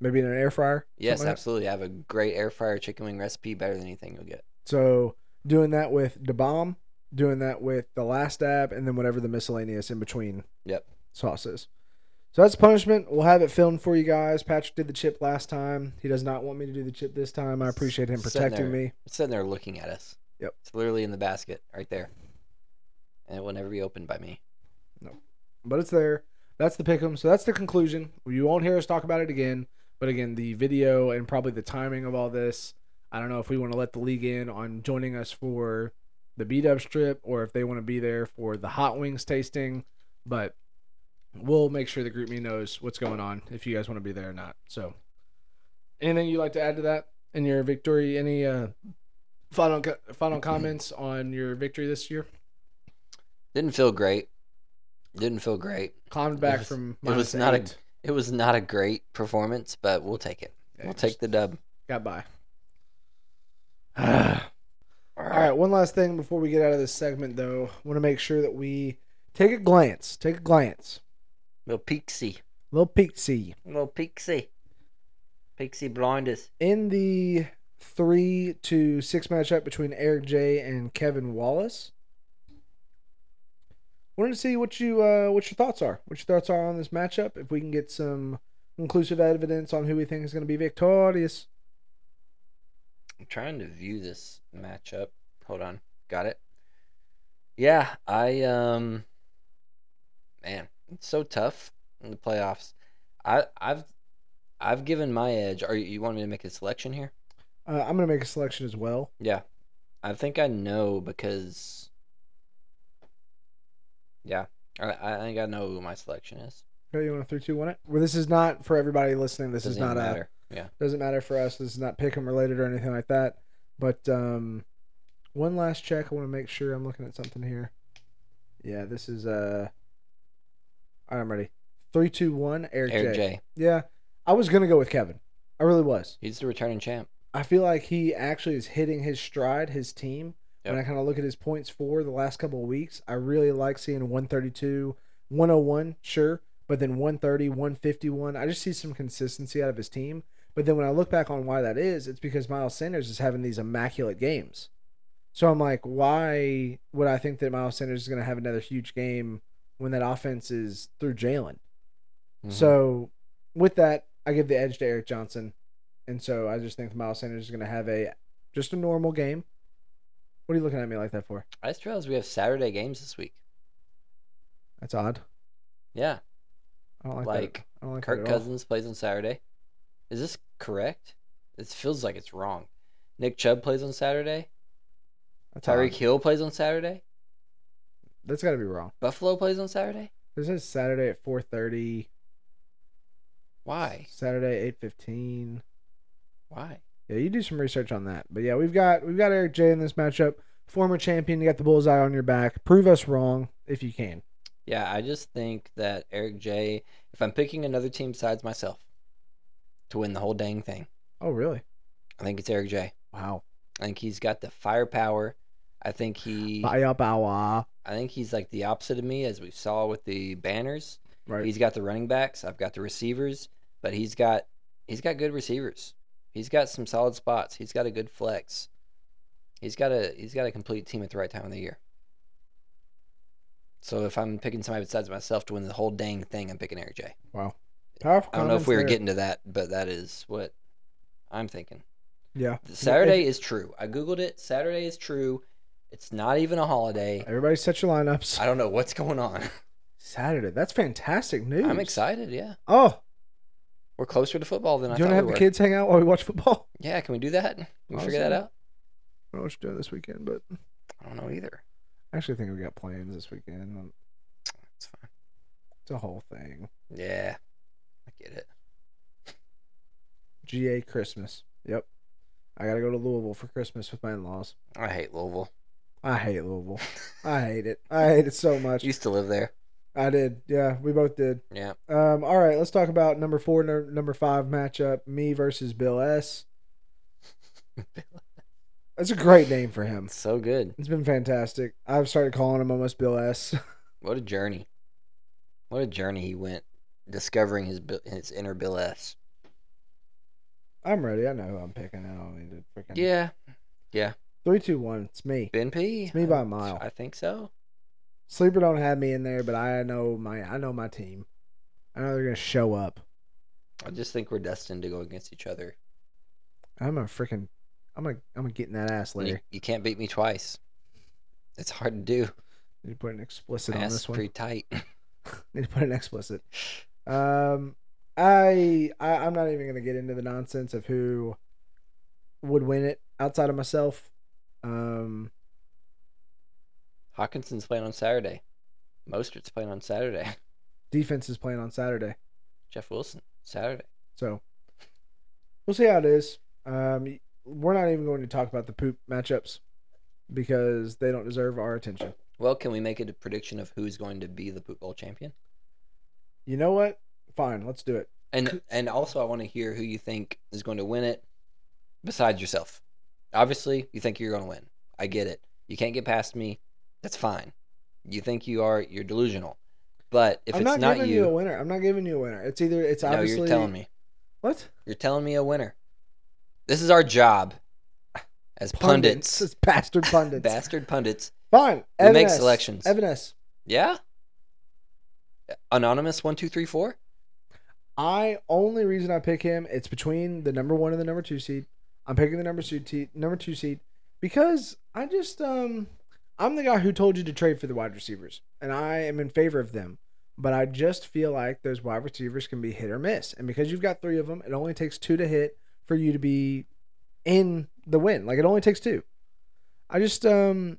Maybe in an air fryer. Yes, something like that? absolutely. I have a great air fryer chicken wing recipe, better than anything you'll get. So doing that with the bomb, doing that with the last dab, and then whatever the miscellaneous in between Yep. sauces. So that's punishment. We'll have it filmed for you guys. Patrick did the chip last time. He does not want me to do the chip this time. I appreciate him Sitting protecting there- me. It's sitting there looking at us. Yep. It's literally in the basket right there. And it will never be opened by me. but it's there. That's the pick'em. So that's the conclusion. You won't hear us talk about it again. But again, the video and probably the timing of all this. I don't know if we want to let the league in on joining us for the beat up strip or if they want to be there for the hot wings tasting. But we'll make sure the group me knows what's going on if you guys want to be there or not. So, anything you'd like to add to that in your victory? Any uh, final co- final comments on your victory this year? Didn't feel great. Didn't feel great. Climbed back was- from it minus was not a- eight. It was not a great performance, but we'll take it. Yeah, We'll just take the dub. got <sighs> by. All right, one last thing before we get out of this segment, though. want to make sure that we take a glance, take a glance, Little pixie. little peek see Little pixie. Pixie blinders. in the three to six matchup between Eric J and Kevin Wallace. Wanted to see what you uh, what your thoughts are, what your thoughts are on this matchup. If we can get some conclusive evidence on who we think is going to be victorious. I'm trying to view this matchup. Hold on. Got it. Yeah, I um man, it's so tough in the playoffs. I I've I've given my edge. Are you, you want me to make a selection here? Uh, I'm going to make a selection as well. Yeah. I think I know because Yeah. I, I think I know who my selection is. Okay, you want to three, two, one it? Well, this is not for everybody listening. This is Doesn't not even a matter. Yeah. doesn't matter for us. This is not pick 'em related or anything like that. But um, one last check. I want to make sure I'm looking at something here. Yeah, this is uh. All right, I'm ready. Three, two, one. Eric, J. Eric J. Yeah, I was gonna go with Kevin. I really was. He's the returning champ. I feel like he actually is hitting his stride, his team. When Yep. I kind of look at his points for the last couple of weeks, I really like seeing 132, 101, sure, but then 130, 151. I just see some consistency out of his team. But then when I look back on why that is, it's because Miles Sanders is having these immaculate games. So I'm like, why would I think that Miles Sanders is going to have another huge game when that offense is through Jalen? Mm-hmm. Mhm. So, with that, I give the edge to Eric Johnson, and so I just think Miles Sanders is going to have a just a normal game. What are you looking at me like that for? I just realized we have Saturday games this week. That's odd. Yeah. I don't like, that. Like, I don't like Kirk that at all. Cousins plays on Saturday. Is this correct? It feels like it's wrong. Nick Chubb plays on Saturday. That's odd. Tyreek Hill plays on Saturday. That's got to be wrong. Buffalo plays on Saturday. This is Saturday at four thirty. Why? Saturday eight fifteen. Why? Yeah, you do some research on that. But yeah, we've got we've got Eric J in this matchup. Former champion, you got the bullseye on your back. Prove us wrong if you can. Yeah, I just think that Eric J. If I'm picking another team besides myself to win the whole dang thing, Oh really? I think it's Eric J. Wow. I think he's got the firepower. I think he. Bye up, ah, wah. I think he's like the opposite of me, as we saw with the banners. Right. He's got the running backs. I've got the receivers, but he's got he's got good receivers. He's got some solid spots. He's got a good flex. He's got a he's got a complete team at the right time of the year. So if I'm picking somebody besides myself to win the whole dang thing, I'm picking Eric J. wow. Powerful. I don't know if comments we were there. getting to that, but that is what I'm thinking. yeah. The Saturday is true. I googled it. Saturday is true. It's not even a holiday. Everybody set your lineups. I don't know what's going on. Saturday. That's fantastic news. I'm excited. Yeah, Oh, we're closer to football than I do you want thought to have we the were. kids hang out while we watch football? <laughs> Yeah, can we do that? Can we figure Awesome. that out? I don't know what you're doing this weekend, but I don't know either. I actually think we got plans this weekend. Um, It's fine. It's a whole thing. Yeah, I get it. GA Christmas. Yep. I got to go to Louisville for Christmas with my in laws. I hate <laughs> Louisville. I hate Louisville. I hate it. I hate it so <laughs> much. Used to live there. I did. Yeah, we both did. Yeah. Um, all right, let's talk about number four, num- number five matchup. Me versus Bill <laughs> S. That's a great name for him. It's so good. It's been fantastic. I've started calling him almost Bill S. <laughs> What a journey. What a journey he went discovering his Bill- his inner Bill S. I'm ready. I know who I'm picking now. I need to freaking Yeah. Three, two, one. It's me. Ben P. It's me by a mile. I think so. Sleeper don't have me in there, but I know my I know my team. I know they're gonna show up. I just think we're destined to go against each other. I'm a freaking. I'm gonna I'm gonna get in that ass And You, later. you can't beat me twice. It's hard to do. Need to put an explicit My on ass this is one. pretty tight. <laughs> <laughs> Need to put an explicit. Um, I, I I'm not even gonna get into the nonsense of who would win it outside of myself. Um, Hawkinson's playing on Saturday. Mostert's playing on Saturday. <laughs> Defense is playing on Saturday. Jeff Wilson Saturday. So we'll see how it is. Um, we're not even going to talk about the poop matchups because they don't deserve our attention. Well, can we make a prediction of who's going to be the poop bowl champion? You know what? Fine, let's do it. And and also I want to hear who you think is going to win it besides yourself. Obviously, you think you're going to win. I get it. You can't get past me. That's fine. You think you are you're delusional. But if I'm it's not, not, giving you, a you, winner. I'm not giving you a winner. It's either it's no, obviously you're telling me. what You're telling me a winner. This is our job as pundits, It's <laughs> bastard pundits. bastard pundits. Fine. We Evan make S. selections. Evan S. Yeah. Anonymous one two three four. I only reason I pick him it's between the number one and the number two seed. I'm picking the number two seed, number two seed because I just um I'm the guy who told you to trade for the wide receivers, and I am in favor of them. But I just feel like those wide receivers can be hit or miss, and because you've got three of them, it only takes two to hit for you to be in the win. Like it only takes two. I just um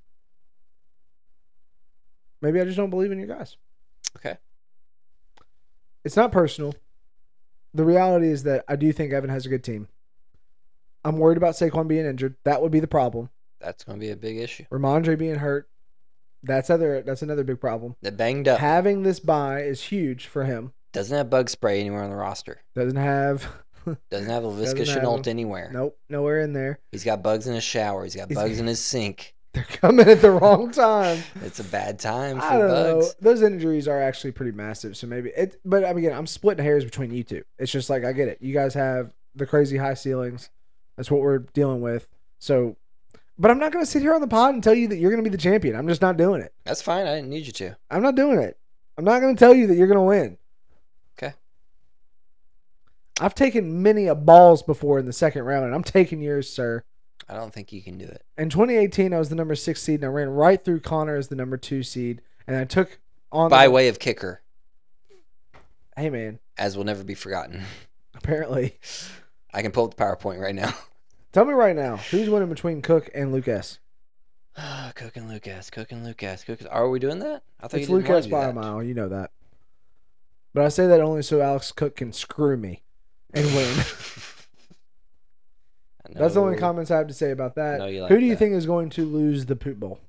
maybe I just don't believe in you guys. Okay. It's not personal. The reality is that I do think Evan has a good team. I'm worried about Saquon being injured. That would be the problem. That's going to be a big issue. Ramondre being hurt. That's other that's another big problem. That banged up Having this buy is huge for him. doesn't have bug spray anywhere on the roster. Doesn't have <laughs> Doesn't have Doesn't LaVisca have Chenault him. anywhere. nope, nowhere in there. He's got bugs in his shower. He's got He's- bugs in his sink. They're coming at the wrong time. It's a bad time I for don't bugs. know. Those injuries are actually pretty massive. So maybe it, but I'm- again, I'm splitting hairs between you two. It's just like I get it. You guys have the crazy high ceilings. That's what we're dealing with. So, but I'm not going to sit here on the pod and tell you that you're going to be the champion. I'm just not doing it. That's fine. I didn't need you to. I'm not doing it. I'm not going to tell you that you're going to win. Okay. I've taken many a balls before in the second round, and I'm taking yours, sir. I don't think you can do it. In 2018, I was the number six seed, and I ran right through Connor as the number two seed, and I took on By the, way of kicker, Hey man, as will never be forgotten. <laughs> apparently. I can pull up the PowerPoint right now. <laughs> Tell me right now, who's winning between Cook and Lucas? Ah, Cook and Lucas, Cook and Lucas, Cook. Are we doing that? I thought It's you didn't wanna Lucas do by a that. <laughs> mile, you know that. But I say that only so Alex Cook can screw me and <laughs> win. <laughs> I That's the only know. comments I have to say about that. No, you like Who do you that. think is going to lose the poop bowl?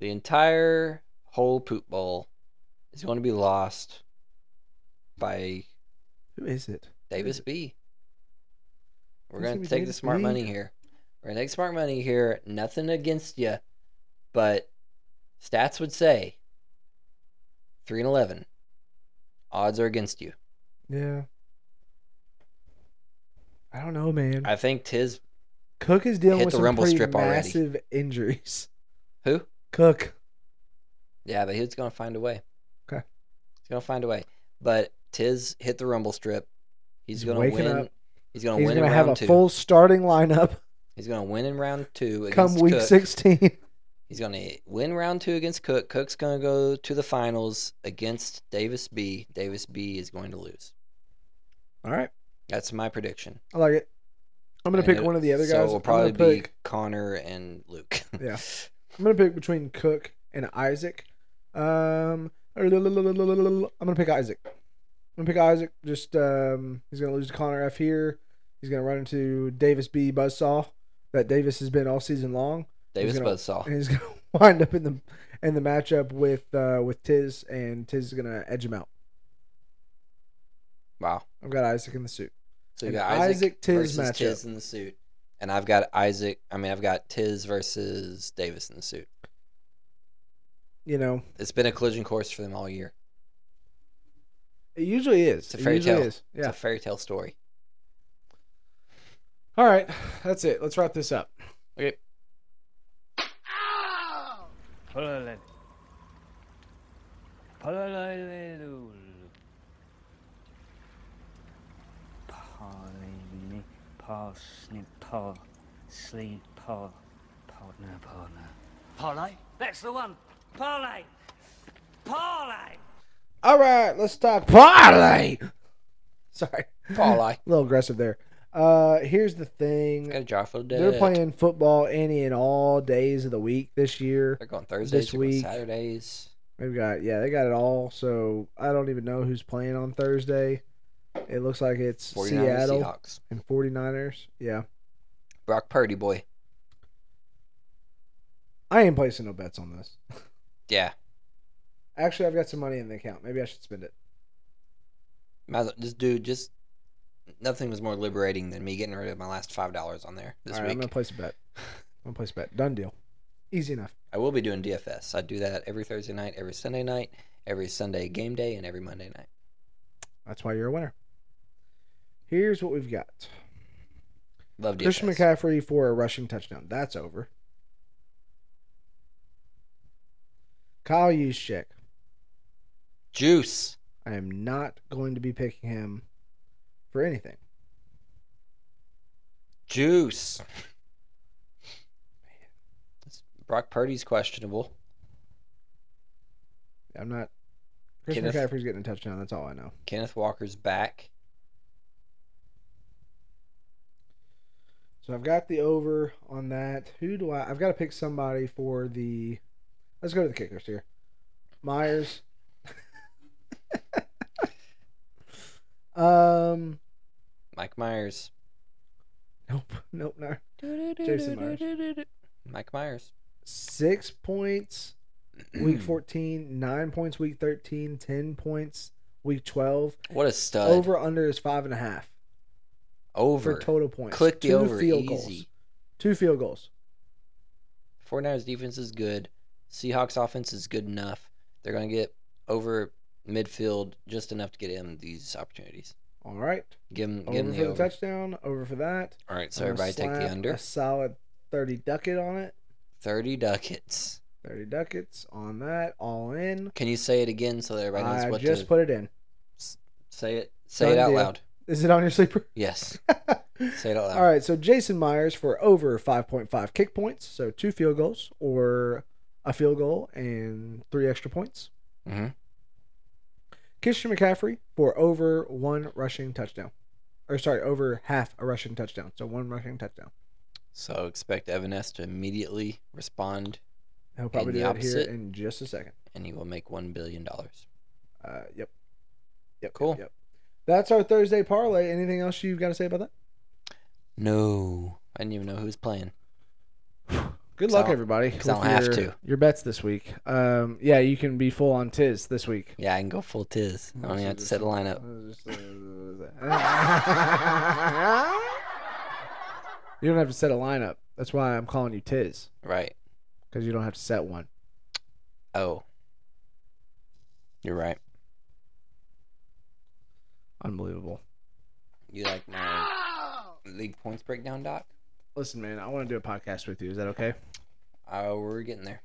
The entire whole poop bowl is going to be lost by Who is it? Davis B. We're It's going gonna be to take the Davis smart B. money here. We're going to take smart money here. Nothing against you, but stats would say 3 and 11. Odds are against you. Yeah. I don't know, man. I think Tiz. Cook is dealing hit with the some rumble pretty strip already. massive injuries. <laughs> Who? Cook. Yeah, but he's going to find a way. Okay. He's going to find a way. But Tiz hit the rumble strip. He's, He's going to waking win. up. He's going to He's win going to in have round a two. full starting lineup He's going to win in round two against come week Cook. 16. He's going to win round two against Cook. Cook's going to go to the finals against Davis B. Davis B is going to lose. <laughs> All right. That's my prediction. I like it. I'm going to pick And it- one of the other So guys. it will I'm gonna probably be pick- Connor and Luke. <laughs> Yeah. I'm going to pick between Cook and Isaac. Um, I'm going to pick Isaac. I'm going to pick Isaac. Just um, He's going to lose to Connor F here. He's going to run into Davis B. Buzzsaw that Davis has been all season long. Davis gonna- Buzzsaw. and he's <laughs> gonna wind up in the in the matchup with uh, with Tiz, and Tiz is gonna edge him out. Wow. I've got Isaac in the suit. So you An got Isaac, Isaac Tiz versus matchup. Tiz in the suit, and I've got Isaac. I mean, I've got Tiz versus Davis in the suit. You know, It's been a collision course for them all year. it usually is. It's a It fairy usually tale. is. It's Yeah. a fairy <laughs> tale story. All right, that's it. Let's wrap this up. Okay. Parley, parsnip, par, sleep, par, partner, partner. Parlay? That's the one. Parlay! Parlay! All right, let's talk parlay. Sorry, Paul, I a little aggressive there. Uh, here's the thing. Got a jar full of dirt. They're playing football any and all days of the week this year. They're going Thursdays. this they're going week. Saturdays. They've got yeah, they got it all. So I don't even know who's playing on Thursday. It looks like it's 49ers, Seattle Seahawks. and 49ers. Yeah, Brock Purdy, boy. I ain't placing no bets on this. Yeah. Actually, I've got some money in the account. Maybe I should spend it. Might as well- Just dude, just nothing was more liberating than me getting rid of my last five dollars on there this all right, I'm week. gonna place a bet. I'm gonna place a bet. Done deal. Easy enough. I will be doing DFS. I do that every Thursday night, every Sunday night, every Sunday game day, and every Monday night. That's why you're a winner. Here's what we've got. Love DFS. Christian McCaffrey for a rushing touchdown. That's over. Kyle Juszczyk. Juice. I am not going to be picking him for anything. Juice. This- Brock Purdy's questionable. I'm not. Christian Kenneth. McCaffrey's getting a touchdown. That's all I know. Kenneth Walker's back. So I've got the over on that. Who do I? I've got to pick somebody for the. Let's go to the kickers here. Myers. <laughs> um. Mike Myers. Nope. Nope. No. Jason Myers. Mike Myers. Six <clears throat> points week 14, nine points week 13, 10 points week 12. What a stud. Over. Over under is five and a half Over. for total points. Click the Two over. field easy. goals. Two field goals. 49ers defense is good. Seahawks offense is good enough. They're going to get over midfield just enough to get him these opportunities. All right. Give him, give Over him for the the over. touchdown. Over for that. All right, so I'm gonna everybody take the slap under. A solid 30 ducat on it. 30 ducats. 30 ducats on that. All in. Can you say it again so that everybody knows I what just to put it in. say it? Say Done it out deal. loud. Is it on your sleeper? <laughs> Yes. All Say it out loud. right. So Jason Myers for over 5.5 kick points. So two field goals or a field goal and three extra points. Mm-hmm. Mhm. Christian McCaffrey for over one rushing touchdown. Or sorry, over half a rushing touchdown. So one rushing touchdown. So expect Evan S to immediately respond, He'll probably the do that opposite? here in just a second. and he will make $1 billion. Uh, yep. Yep. Cool. Yep. That's our Thursday parlay. Anything else you've got to say about that? No. I didn't even know who was playing. Good 'Cause luck, I'll- everybody. 'cause I'll with have your, to. Your bets this week. Um, yeah, you can be full on Tiz this week. Yeah, I can go full tiz. I only have to set a lineup. you don't have to set a lineup. That's why I'm calling you Tiz Right. because you don't have to set one. Oh. You're right. Unbelievable. You like my league points breakdown, Doc? Listen, man, I want to do a podcast with you. Is that okay? Oh, we're getting there.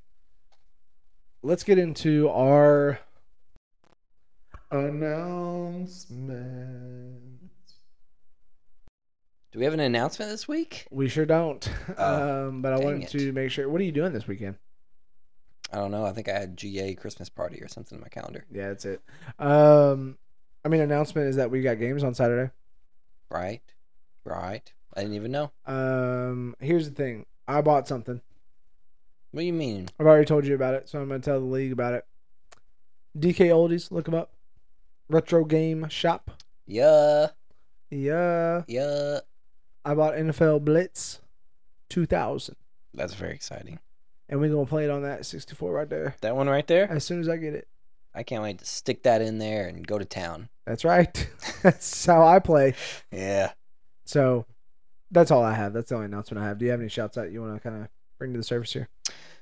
Let's get into our Announcement. Do we have an announcement this week? We sure don't. <laughs> Oh, um, but I dang wanted it. to make sure. What are you doing this weekend? I don't know. I think I had GA Christmas party or something in my calendar. Yeah, that's it. Um, I mean, announcement is that we got games on Saturday. Right? Right? I didn't even know. Um, here's the thing. I bought something. What do you mean? I've already told you about it, so I'm gonna tell the league about it. DK Oldies, look them up. Retro game shop. Yeah. Yeah, Yeah. I bought NFL Blitz 2000, That's very exciting. and we're gonna play it on that 64 right there That one right there? as soon as I get it. I can't wait to stick that in there and go to town. That's right. <laughs> that's how I play. Yeah. So that's all I have. That's the only announcement I have. Do you have any shouts out you want to kind of bring to the surface here?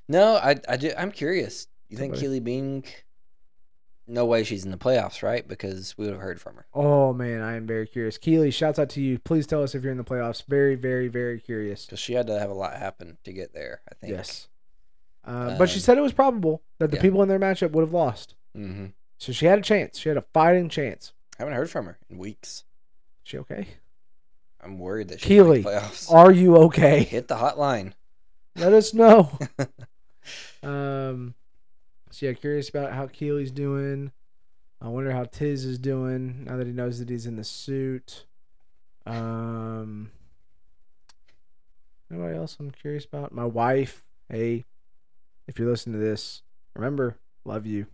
No, I, I do, I'm curious. You think Somebody- Keely Bing? No way she's in the playoffs, right? Because we would have heard from her. Oh man, I am very curious. Keely, shouts out to you. Please tell us if you're in the playoffs. Very, very, very curious. Because she had to have a lot happen to get there, I think. Yes. Uh, but she Um, said it was probable that the yeah. people in their matchup would have lost. Mm-hmm. So she had a chance. She had a fighting chance. Haven't heard from her in weeks. She okay? I'm worried that she Keely, playoffs. are you <laughs> okay? hit the hotline. Let us <laughs> know. um, so yeah, curious about how Keely's doing. I wonder how Tiz is doing now that he knows that he's in the suit. Um, anybody else I'm curious about? My wife. Hey, if you're listening to this, remember, love <laughs> you.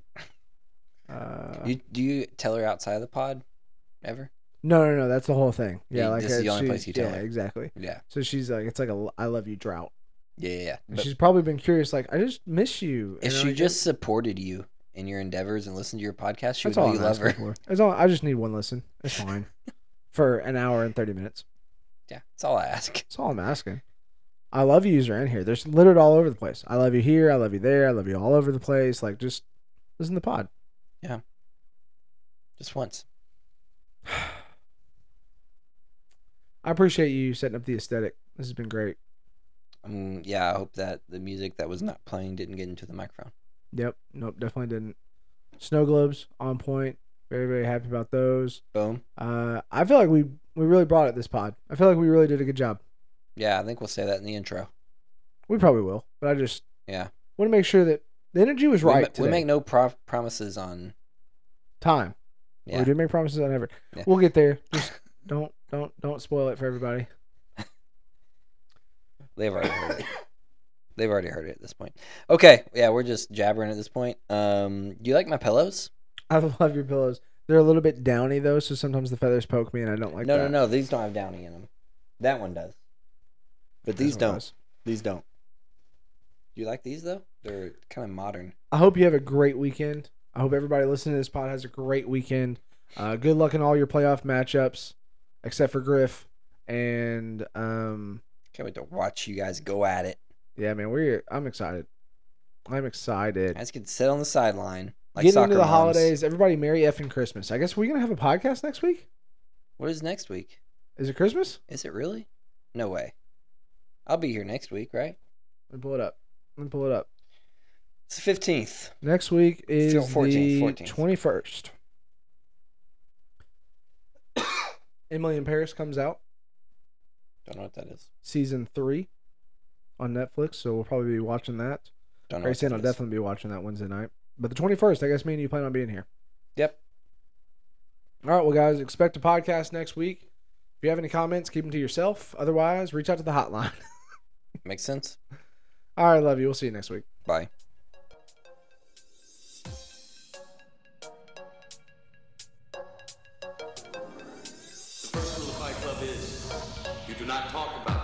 Uh, You do you tell her outside of the pod ever? no, no, no. That's the whole thing. Yeah, Yeah, like this is uh, the only she- place you tell Yeah, her. exactly. Yeah, So she's like, it's like a l- I love you drought. yeah, yeah. yeah. And But she's probably been curious, like, I just miss you. if And she like, just supported you in your endeavors and listened to your podcast, she would that's know all you I'm love her. asking for. That's all. I just need one listen. It's fine <laughs> for an hour and thirty minutes. Yeah, that's all I ask. That's all I'm asking. I love yous are in here. They're s- littered all over the place. I love you here. I love you there. I love you all over the place. Like, just listen to the pod. Just once. I appreciate you setting up the aesthetic. This has been great. Um, yeah, I hope that the music that was not playing didn't get into the microphone. Yep. Nope. Definitely didn't. Snow globes on point. Very, very happy about those. Boom. Uh, I feel like we we really brought it this pod. I feel like we really did a good job. Yeah, I think we'll say that in the intro. We probably will, but I just Yeah. want to make sure that the energy was We right. ma- We, today. make no prof- promises on. time. Yeah. We do make promises on effort. Yeah. We'll get there. <laughs> Just don't don't don't spoil it for everybody. They've already heard it. They've already heard it at this point. Okay, yeah, we're just jabbering at this point. Um, do you like my pillows? I love your pillows. They're a little bit downy though, so sometimes the feathers poke me, and I don't like no, that. no, no. These don't have downy in them. That one does. But That's these what it don't. was. These don't. Do you like these though? They're kind of modern. I hope you have a great weekend. I hope everybody listening to this pod has a great weekend. Uh, good luck in all your playoff matchups, except for Griff. And um, Can't wait to watch you guys go at it. yeah, man, we're I'm excited. I'm You excited. guys can sit on the sideline like Getting soccer into the moms. holidays, everybody, merry effing Christmas. I guess we're gonna have a podcast next week. What is next week? Is it Christmas? Is it really? No way. I'll be here next week, right? Let me pull it up. Let me pull it up. It's the fifteenth. Next week is Still 14th, the 14th. twenty <coughs> first. Emily in Paris comes out Don't know what that is. season three on Netflix, so we'll probably be watching that. Don't know. Grace what that and I'll is. definitely be watching that Wednesday night. But the twenty first, I guess me and you plan on being here. Yep. All right, well, guys, expect a podcast next week. If you have any comments, keep them to yourself. Otherwise, reach out to the hotline. <laughs> Makes sense. All right, love you. We'll see you next week. Bye. The Fight Club is you do not talk about